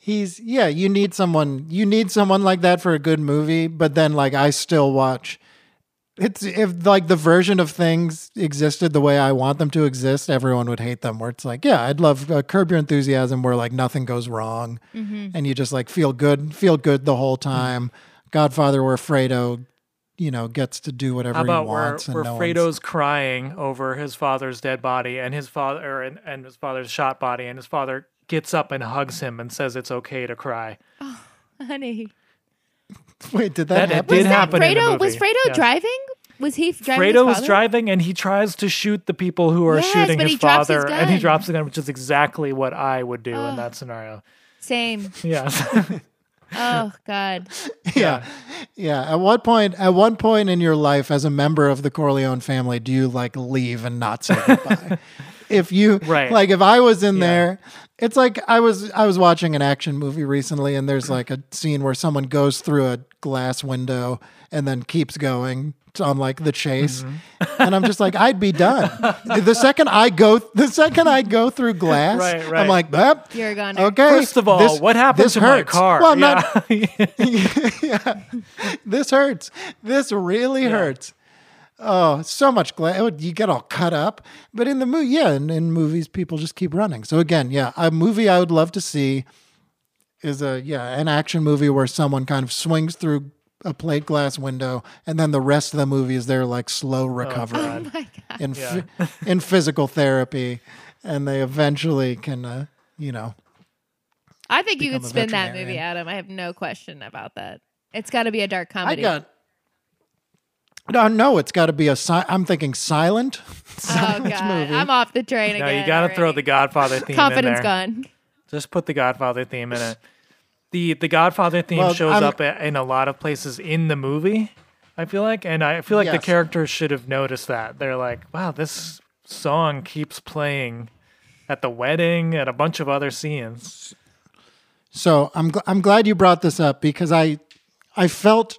A: He's yeah, you need someone you need someone like that for a good movie, but then like I still watch it's if like the version of things existed the way I want them to exist, everyone would hate them. Where it's like, yeah, I'd love uh, Curb Your Enthusiasm, where like nothing goes wrong, and you just like feel good, feel good the whole time. Godfather, where Fredo, you know, gets to do whatever
B: How about
A: he
B: where,
A: wants,
B: where
A: and no one's-
B: Fredo's crying over his father's dead body and his father and, and his father's shot body, and his father gets up and hugs him and says it's okay to cry.
C: Honey.
A: Wait, did that,
B: That- it
A: happen?
B: did
C: Was that
B: happen in the
C: Fredo? was
B: movie.
C: Fredo
B: Yeah.
C: driving? Was he driving? his
B: Fredo was
C: father?
B: driving and he tries to shoot the people who are
C: Yes,
B: shooting
C: but
B: his
C: he drops
B: father,
C: his
B: and he
C: gun.
B: drops the gun, which is exactly what I would do in that scenario.
C: Same.
B: Yeah.
C: Oh God.
A: yeah. Yeah. At what point at one point in your life as a member of the Corleone family do you like leave and not say goodbye? if you
B: Right.
A: like if I was in there, it's like I was I was watching an action movie recently and there's like a scene where someone goes through a glass window and then keeps going on like the chase.
B: Mm-hmm.
A: and I'm just like, I'd be done. the second I go the second I go through glass,
B: Right,
A: I'm
B: right.
A: like, "Well,
C: You're a goner.
A: Okay.
B: First of all,
A: this-
B: what happened
A: this
B: to my
A: hurts.
B: car?
A: Well, I'm not
B: Yeah.
A: yeah. This hurts. This really hurts. Oh, so much glad you get all cut up. But in the movie, yeah, in, in movies, people just keep running. So again, yeah, a movie I would love to see is a yeah an action movie where someone kind of swings through a plate glass window, and then the rest of the movie is their like slow recovery
C: Oh my God.
A: in phy- in physical therapy, and they eventually can uh, you know
C: I think you
A: Become
C: could
A: a
C: spin that
A: veterinarian.
C: movie, Adam. I have no question about that. It's got to be a dark comedy.
A: I got. No, no, it's got to be a. Si- I'm thinking silent.
C: oh God. I'm off the train
B: no,
C: again.
B: you got to throw the
C: already.
B: Godfather theme in
C: confidence
B: there.
C: gone.
B: Just put the Godfather theme in it. The the Godfather theme
A: Well,
B: shows
A: I'm-
B: up a- in a lot of places in the movie. I feel like, and I feel like the
A: Yes.
B: characters should have noticed that. They're like, "Wow, this song keeps playing at the wedding, at a bunch of other scenes."
A: So I'm gl- I'm glad you brought this up because I I felt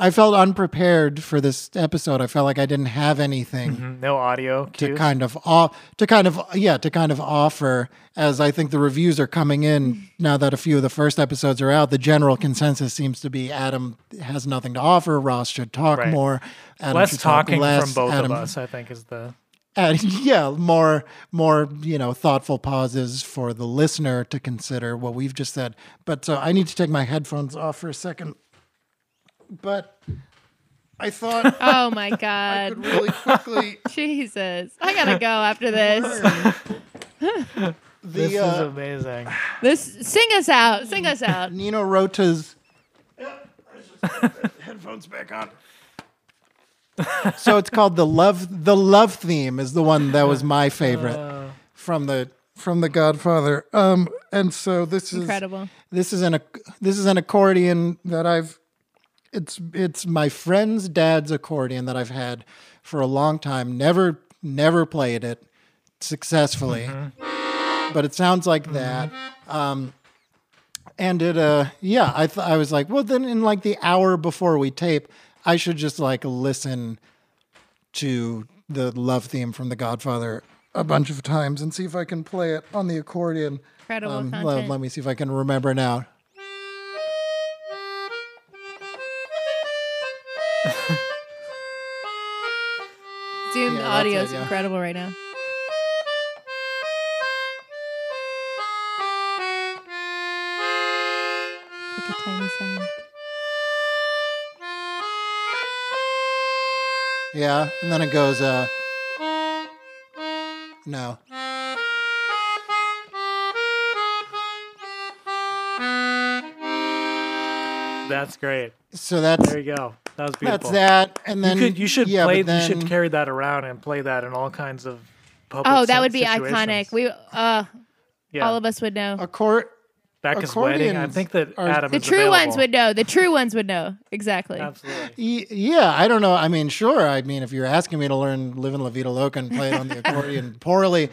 A: I felt unprepared for this episode. I felt like I didn't have anything
B: No audio
A: to
B: cues.
A: kind of off to kind of yeah to kind of offer as I think the reviews are coming
B: Mm.
A: in now that a few of the first episodes are out. The general consensus seems to be Adam has nothing to offer. Ross should talk
B: Right.
A: more. Adam
B: Less
A: should talk
B: talking
A: less.
B: from both
A: Adam,
B: of us, I think, is the
A: and yeah, more more you know thoughtful pauses for the listener to consider what we've just said. But so I need to take my headphones off for a second. But I thought
C: Oh my
A: I
C: God.
A: could really quickly
C: Jesus. I got to go after this.
B: this
A: the uh,
B: is amazing.
C: This sing us out. Sing us out.
A: Nino Rota's headphones back on. so it's called the love. The love theme is the one that was my favorite from the from the Godfather. Um, and so this is
C: Incredible.
A: this is an ac- this is an accordion that I've it's it's my friend's dad's accordion that I've had for a long time. Never never played it successfully, but it sounds like that. Um, and it uh yeah, I th- I was like, well then in like the hour before we tape, I should just like listen to the love theme from The Godfather a bunch of times and see if I can play it on the accordion.
C: Incredible
A: Um, le-
C: content.
A: let me see if I can remember now.
C: Zoom
A: Yeah, that's
C: audio
A: it,
C: is
A: yeah.
C: incredible right now. Like a tiny sound.
A: Yeah, and then it goes. uh No.
B: That's great.
A: So that's
B: There you go. That was
A: that's
B: beautiful.
A: that, and then
B: You could you should
A: yeah,
B: play
A: but then,
B: you should carry that around and play that in all kinds of public
C: Oh, that
B: sit-
C: would be
B: situations.
C: iconic. We uh,
B: yeah.
C: all of us would know.
A: accord.
B: Becca's wedding. I
A: accordions
B: think that
A: are-
B: Adam
C: The
B: is
C: true
B: available.
C: ones would know. The true ones would know. Exactly.
B: absolutely.
A: y- Yeah, I don't know. I mean, sure. I mean, if you're asking me to learn "Live in La Vida Loca" and play it on the accordion poorly,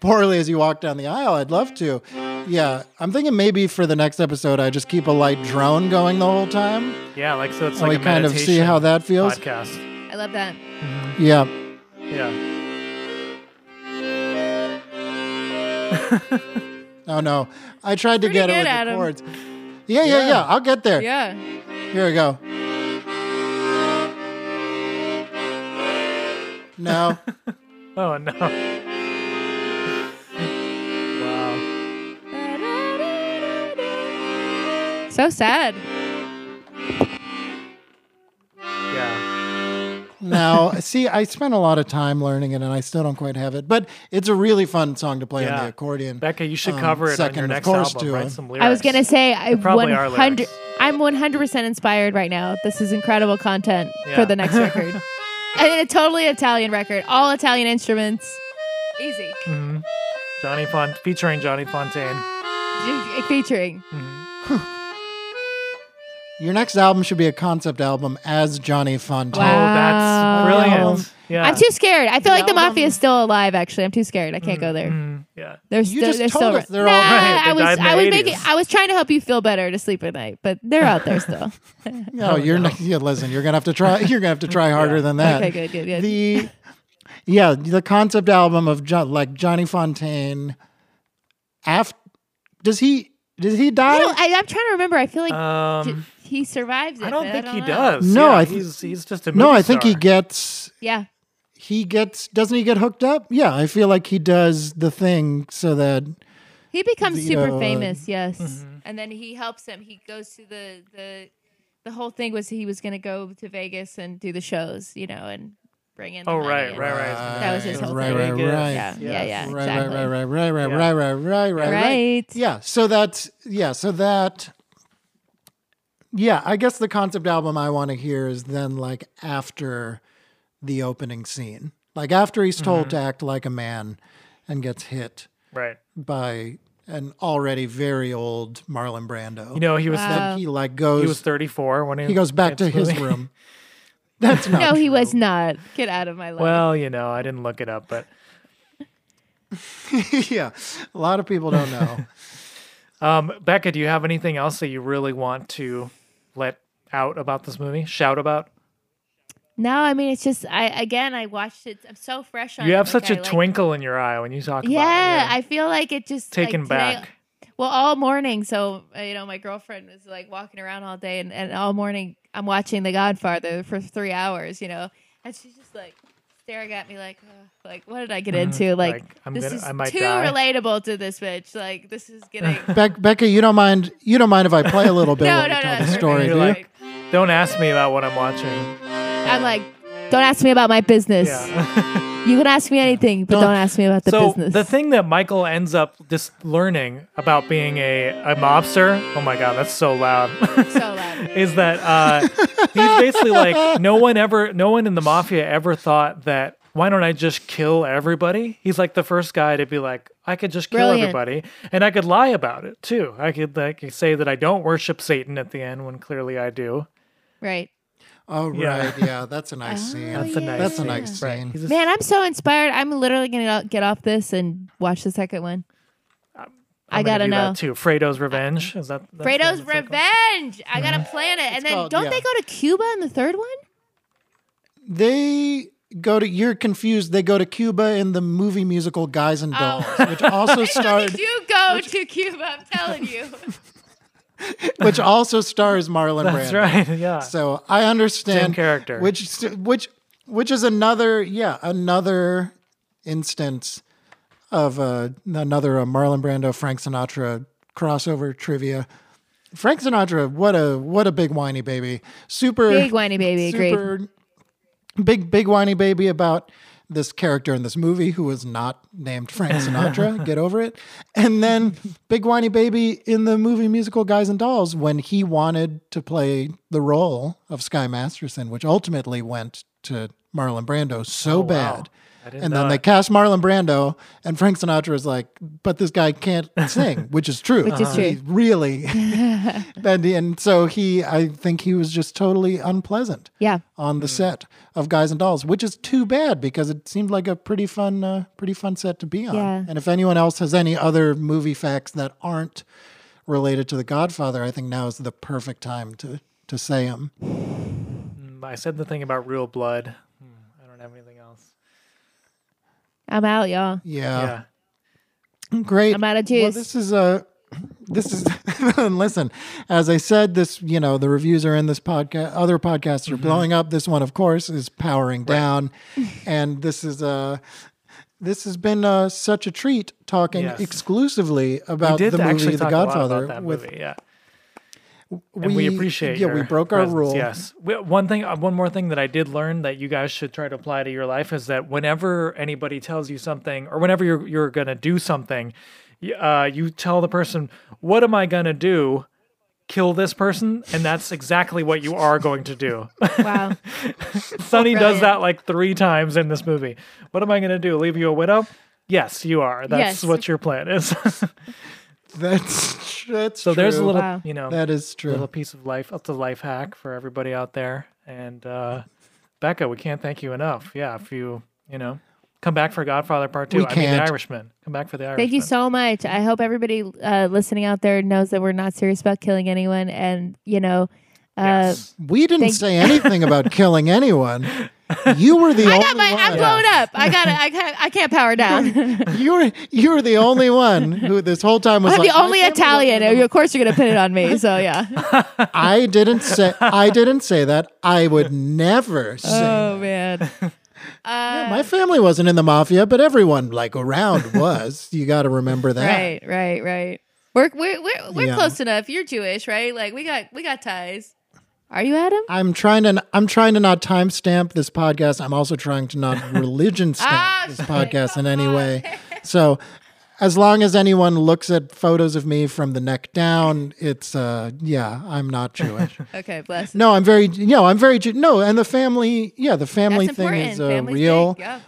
A: poorly as you walk down the aisle, I'd love to. Yeah, I'm thinking maybe for the next episode, I just keep a light drone going the whole time.
B: Yeah, like so it's
A: and
B: like
A: we
B: a
A: kind of see
B: meditation
A: how that feels.
B: podcast.
C: I love that.
A: Yeah.
B: Yeah.
A: Oh no, I tried to
C: Pretty
A: get it
C: good,
A: with the
C: Adam.
A: chords. Yeah, yeah, yeah, I'll get there.
C: Yeah.
A: Here we go. No.
B: Oh no. wow.
C: So sad.
B: Yeah.
A: No, see, I spent a lot of time learning it, and I still don't quite have it. But it's a really fun song to play on
B: Yeah.
A: the accordion.
B: Becca, you should
A: Um,
B: cover it on
A: second,
B: your
A: of
B: next
A: course, to,
B: album.
A: uh,
B: Write some lyrics.
C: I was gonna say I one
B: probably are
C: hundred.
B: lyrics.
C: I'm one hundred percent inspired right now. This is incredible content
B: Yeah.
C: for the next record, and a totally Italian record, all Italian instruments. Easy
B: Mhm. Johnny Font featuring Johnny Fontaine.
C: featuring.
A: Your next album should be a concept album as Johnny Fontaine.
B: Oh,
C: Wow.
B: that's
C: Wow.
B: brilliant. Yeah.
C: I'm too scared. I feel like the
A: album-
C: mafia is still alive. Actually, I'm too scared. I can't go there.
B: Mm, yeah.
C: They're
A: You
C: still,
A: just
C: they're
A: told
C: still
A: us they're
C: nah,
A: all
B: right. They
C: I was
B: died in the
C: I was making
B: 80s.
C: I was trying to help you feel better to sleep at night, but they're out there still.
A: No, Oh,
B: Oh,
A: you're not. Yeah, listen, you're gonna have to try. You're gonna have to try harder than that.
C: okay, good, good, good.
A: the yeah the concept album of jo- like Johnny Fontaine. After does he does he die?
C: I don't, I, I'm trying to remember. I feel like d-
B: Um,
C: he survives it.
B: I don't
C: but
B: think he
C: know.
B: does.
A: No,
B: Yeah,
A: I th-
B: he's he's just a
A: no,
B: movie
A: I think he
B: star.
A: gets
C: Yeah,
A: he gets doesn't he get hooked up? Yeah, I feel like he does the thing so that
C: he becomes
A: The,
C: super
A: uh, mm-hmm.
C: famous. Yes, and then he helps him. He goes to the the the whole thing was he was going to go to Vegas and do the shows, you know, and bring in. the
B: Oh
C: money
B: right,
C: and-
B: right, right.
C: That was his whole
A: right,
C: thing.
A: right,
B: Vegas.
A: right.
C: Yeah, yeah,
B: Yes.
C: yeah,
A: right,
C: exactly.
A: right, right, right, right,
B: Yeah.
A: right, right, right, right,
C: Right.
A: Yeah, so that's yeah, so that yeah, I guess the concept album I want to hear is then like after the opening scene, like after he's
B: Mm-hmm.
A: told to act like a man and gets hit
B: Right.
A: by an already very old Marlon Brando.
B: You know, he was
C: Wow.
A: he like goes
B: he was 34 when he
A: he goes back to his
B: absolutely.
A: room. That's not
C: No, he
A: true.
C: was not. Get out of my life.
B: Well, you know, I didn't look it up, but
A: yeah, a lot of people don't know.
B: um, Becca, do you have anything else that you really want to let out about this movie? Shout about?
C: no, I mean it's just I again I watched it. I'm so fresh on.
B: You
C: it,
B: have
C: like,
B: such
C: I,
B: a
C: like-
B: twinkle in your eye when you talk
C: Yeah,
B: about it.
C: I feel like it just like,
B: taken
C: today-
B: back.
C: Well, all morning. So uh, you know, my girlfriend was like walking around all day, and, and all morning I'm watching The Godfather for three hours. You know, and she's just like staring at me, like, "Ugh," like what did I get into? Like,
B: Mm-hmm. like, I'm
C: this
B: gonna-
C: is
B: I might
C: too
B: die.
C: relatable to this bitch. Like, this is getting
A: Bec- Becca, you don't mind you don't mind if I play a little bit
C: no,
A: while
C: no, no.
A: you tell
C: that's
A: the story,
C: perfect.
A: do
B: You're
A: you?
B: like- Don't ask me about what I'm watching.
C: I'm like, don't ask me about my business.
B: Yeah.
C: You can ask me anything, but
A: Don't-
C: don't, ask me about the
B: so
C: business.
B: the thing that Michael ends up just learning about being a, a mobster, oh my god, that's so loud,
C: so loud.
B: is that uh, he's basically like no one ever, no one in the mafia ever thought that why don't I just kill everybody? He's like the first guy to be like, I could just kill
C: Brilliant.
B: everybody, and I could lie about it too. I could like say that I don't worship Satan at the end when clearly I do.
C: Right.
A: Oh
B: Yeah.
A: right, yeah, that's a nice
C: Oh,
A: scene.
B: That's a nice
A: That's a
B: scene.
A: nice
B: Right.
A: scene.
B: He's a-
C: Man, I'm so inspired. I'm literally going to get off this and watch the second one.
B: I'm
C: I
B: gonna
C: got to
B: do that
C: know.
B: too. Fredo's Revenge is that that's the one
C: Fredo's
B: that's like-
C: Revenge. I got to plan it. And then
A: called-
C: don't
A: yeah.
C: they go to Cuba in the third one?
A: They go to you're confused. They go to Cuba in the movie musical Guys and Dolls, which also starred
C: Oh. You go to Cuba, I'm telling you.
A: which also stars Marlon
B: That's
A: Brando.
B: right. Yeah.
A: So I understand
B: Same character.
A: which which which is another yeah another instance of uh, another uh, Marlon Brando Frank Sinatra crossover trivia. Frank Sinatra, what a what a big whiny baby, super
C: Big whiny baby, agreed.
A: super big big whiny baby about this character in this movie who was not named Frank Sinatra. Get over it. And then big whiny baby in the movie musical Guys and Dolls when he wanted to play the role of Sky Masterson, which ultimately went to Marlon Brando so
B: Oh, wow.
A: bad.
B: I didn't
A: And
B: know
A: then they
B: that.
A: cast Marlon Brando, and Frank Sinatra is like, "But this guy can't sing," which is true.
C: Which is Uh-huh. true.
A: He really. and, and so he, I think he was just totally unpleasant
C: Yeah.
A: on the set of Guys and Dolls, which is too bad because it seemed like a pretty fun, uh, pretty fun set to be on.
C: Yeah.
A: And if anyone else has any other movie facts that aren't related to The Godfather, I think now is the perfect time to to say them.
B: Mm, I said the thing about real blood. Hmm, I don't have anything else.
C: I'm out, y'all.
A: Yeah,
B: yeah.
A: great.
C: I'm out of
A: Well,
C: juice.
A: this is a. This is and listen. As I said, this you know the reviews are in this podcast. Other podcasts
B: Mm-hmm.
A: are blowing up. This one, of course, is powering down, and this is a. This has been uh, such a treat talking
B: Yes.
A: exclusively
B: We
A: about
B: did
A: the movie
B: actually
A: The
B: talk a lot about
A: Godfather.
B: that
A: with
B: movie, yeah. and we appreciate
A: yeah we
B: your
A: broke
B: presence,
A: our rule
B: yes we, one thing uh, one more thing that i did learn that you guys should try to apply to your life is that whenever anybody tells you something or whenever you're, you're gonna do something y- uh, you tell the person what am i gonna do kill this person and that's exactly what you are going to do
C: Wow.
B: sonny does
C: Brilliant.
B: that like three times in this movie what am i gonna do leave you a widow yes you are that's
C: Yes.
B: what your plan is so
A: that's that's
B: there's a
A: true.
B: little
C: Wow.
B: you know
A: that is true
B: little piece of life. That's a life hack for everybody out there. And uh, Becca, we can't thank you enough. Yeah, if you you know come back for Godfather Part Two.
A: We
B: I mean, The
A: can't.
B: Irishman. Come back for The Irishman.
C: Thank you so much. I hope everybody uh, listening out there knows that we're not serious about killing anyone. And, you know, uh,
B: Yes.
A: we didn't
C: Thank-
A: say anything about killing anyone you were the
C: I
A: only
C: got my,
A: one
C: I'm blown up. I got it. I can't, I can't power down.
A: you were you were the only one who this whole time was
C: I'm
A: like,
C: the only
A: "I can't believe
C: Italian. Of course, you're going to pin it on me. So, yeah.
A: I didn't say I didn't say that. I would never say.
C: Oh, man. Uh,
A: my family wasn't in the mafia, but everyone like around was. You got to remember that.
C: right, right, right. We're, we're, we're, we're
A: Yeah.
C: close enough. You're Jewish, right? Like, we got, we got ties. Are you Adam?
A: I'm trying to I'm trying to not timestamp this podcast. I'm also trying to not religion stamp
C: Ah,
A: this
C: shit,
A: podcast in
C: come
A: any
C: on.
A: way. So as long as anyone looks at photos of me from the neck down, it's uh yeah, I'm not Jewish.
C: Okay, bless.
A: no, I'm very you know, I'm very Jew- no, and the family, yeah, the family
C: That's
A: thing
C: important.
A: is uh,
C: Family's
A: real.
C: big, yeah.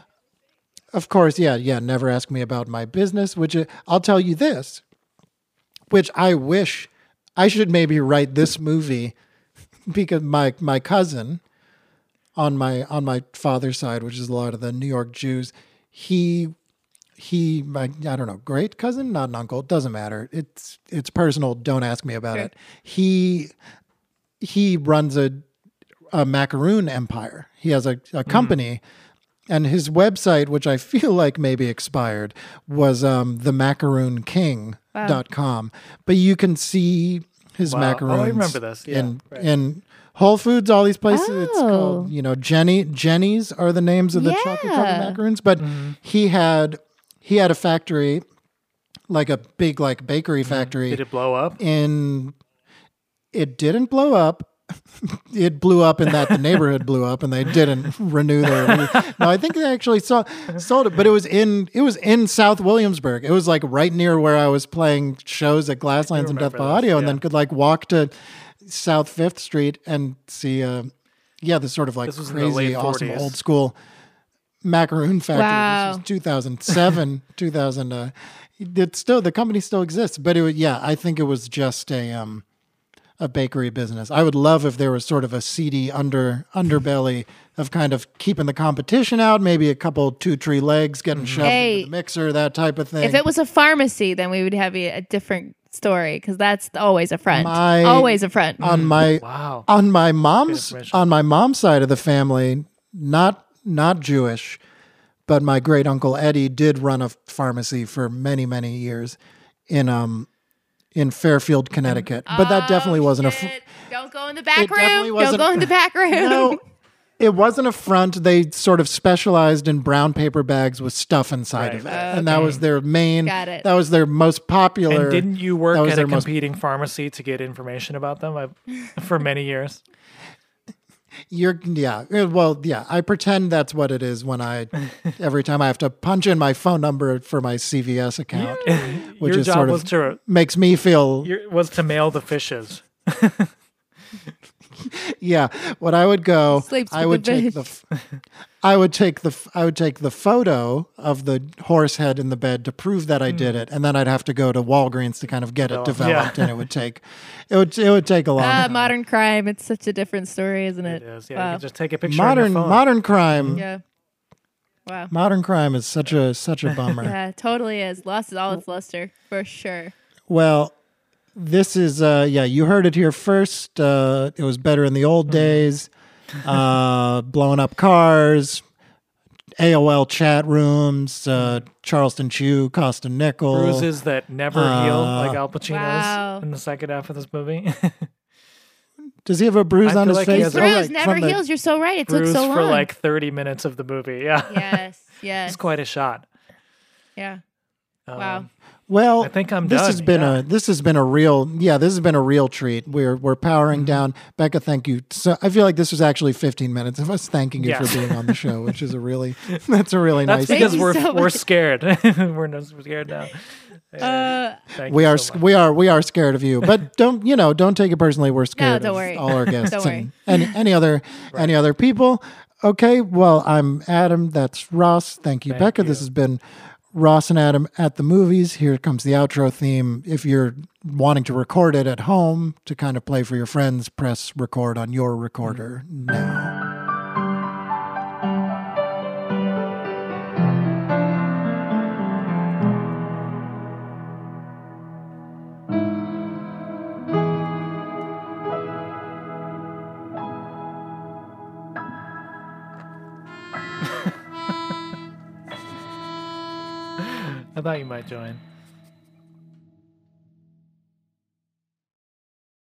A: Of course, yeah, yeah. Never ask me about my business, which uh, I'll tell you this, which I wish I should maybe write this movie because my my cousin on my on my father's side, which is a lot of the New York Jews, he he my I don't know, great cousin, not an uncle, doesn't matter. It's it's personal, don't ask me about
C: Sure.
A: it. He he runs a a macaroon empire. He has a,
B: Mm.
A: a company, and his website, which I feel like maybe expired, was um, themacaroonking.com. But you can see his
B: Wow. Oh, I
A: macaroons.
B: remember this. Yeah,
A: in,
B: right.
A: in Whole Foods, all these places. It's
C: Oh.
A: called, you know, Jenny Jenny's are the names of the chocolate covered
C: Yeah.
A: macaroons. But
B: Mm-hmm.
A: he had he had a factory, like a
B: Mm-hmm.
A: big like bakery factory
B: Did it blow up?
A: in it didn't blow up it blew up in that the neighborhood blew up and they didn't renew their no i think they actually saw, sold it but it was in it was in south williamsburg it was like right near where i was playing shows at glasslands and death by
B: remember this,
A: audio and then
B: yeah.
A: could like walk to south fifth street and see uh yeah this sort of like
B: This was in the
A: crazy
B: late
A: awesome
B: 40s.
A: old school macaroon factory this
C: Wow.
A: was 2007 2000 uh, it still the company still exists but it was yeah i think it was just a um a bakery business. I would love if there was sort of a seedy under underbelly of kind of keeping the competition out, maybe a couple two tree legs getting shoved
C: Hey.
A: into the mixer, that type of thing.
C: If it was a pharmacy, then we would have a, a different story because that's always a front.
A: My- Um,
C: always a front.
A: on my
B: Wow.
A: on my mom's
B: information.
A: on my mom's side of the family, not not Jewish, but my great uncle Eddie did run a pharmacy for many many years in um in Fairfield, Connecticut. But that definitely
B: Oh,
A: wasn't a. fr-
C: Oh, Shit. Don't go in the back
A: It definitely
C: room. Don't
A: wasn't-
C: go in the back room.
A: No, it wasn't a front. They sort of specialized in brown paper bags with stuff inside
B: Right.
A: of it, and that was their main.
C: Got it.
A: That was their most popular.
B: And didn't you
A: that
B: work
A: was
B: at a
A: their most-
B: competing pharmacy to get information about them I, for many years?
A: You're yeah. eh, Well, yeah. I pretend that's what it is when I every time I have to punch in my phone number for my CVS account, which
B: Your
A: is
B: job
A: sort
B: was
A: of
B: to
A: makes me feel
B: your, was to mail the fishes.
A: yeah. What I would go,
C: Sleeps
A: I
C: with
A: would
C: the
A: take the. f- I would take the f- I would take the photo of the horse head in the bed to prove that I
B: Hmm.
A: did it, and then I'd have to go to Walgreens to kind of get
B: Oh.
A: it developed, and it would take, it would it would take a long.
C: Ah,
A: time.
C: modern crime. It's such a different story, isn't it?
B: It is, yeah, you
C: Wow.
B: could just take a picture.
A: modern
B: on your phone.
A: modern crime,
C: yeah. Wow.
A: modern crime is such a such a bummer.
C: Yeah, totally is. Lost all its luster for sure.
A: Well, this is uh yeah, you heard it here first. Uh it was better in the old
B: Oh,
A: days. Uh blowing up cars, AOL chat rooms, uh Charleston Chew, Costa Nickel.
B: bruises that never heal,
A: Uh,
B: like Al Pacino's
C: Wow.
B: in the second half of this movie.
A: Does he have a bruise
B: I
A: on
B: feel
A: his
B: like he
A: face?
B: has a-
A: Oh,
C: Bruise
A: right,
C: never
A: from the-
C: heals. You're so right. It
B: Bruise
C: took so long.
B: for like 30 minutes of the movie. Yeah,
C: yes, yes.
B: it's quite a shot.
C: yeah.
B: Um,
C: Wow.
A: Well,
B: I think I'm
A: this
B: done,
A: has been
B: yeah.
A: a this has been a real yeah this has been a real treat. We're we're powering
B: Mm-hmm.
A: down. Becca, thank you. So I feel like this was actually 15 minutes of us thanking you
B: Yeah.
A: for being on the show, which is a really that's a really
B: That's
A: nice.
C: Thank
B: because
C: you
B: we're
C: so
B: we're
C: much.
B: scared. we're no- we're scared now.
C: Uh,
B: Thank
A: we
B: you
A: are
B: so
A: sc
B: much.
A: we are we are scared of you but don't you know don't take it personally we're scared
C: don't
A: of
C: worry.
A: all our guests
C: Don't
A: and any, any other any other people okay well i'm adam that's ross thank you becca this has been ross and adam at the movies here comes the outro theme if you're wanting to record it at home to kind of play for your friends press record on your recorder now
B: I thought you might join.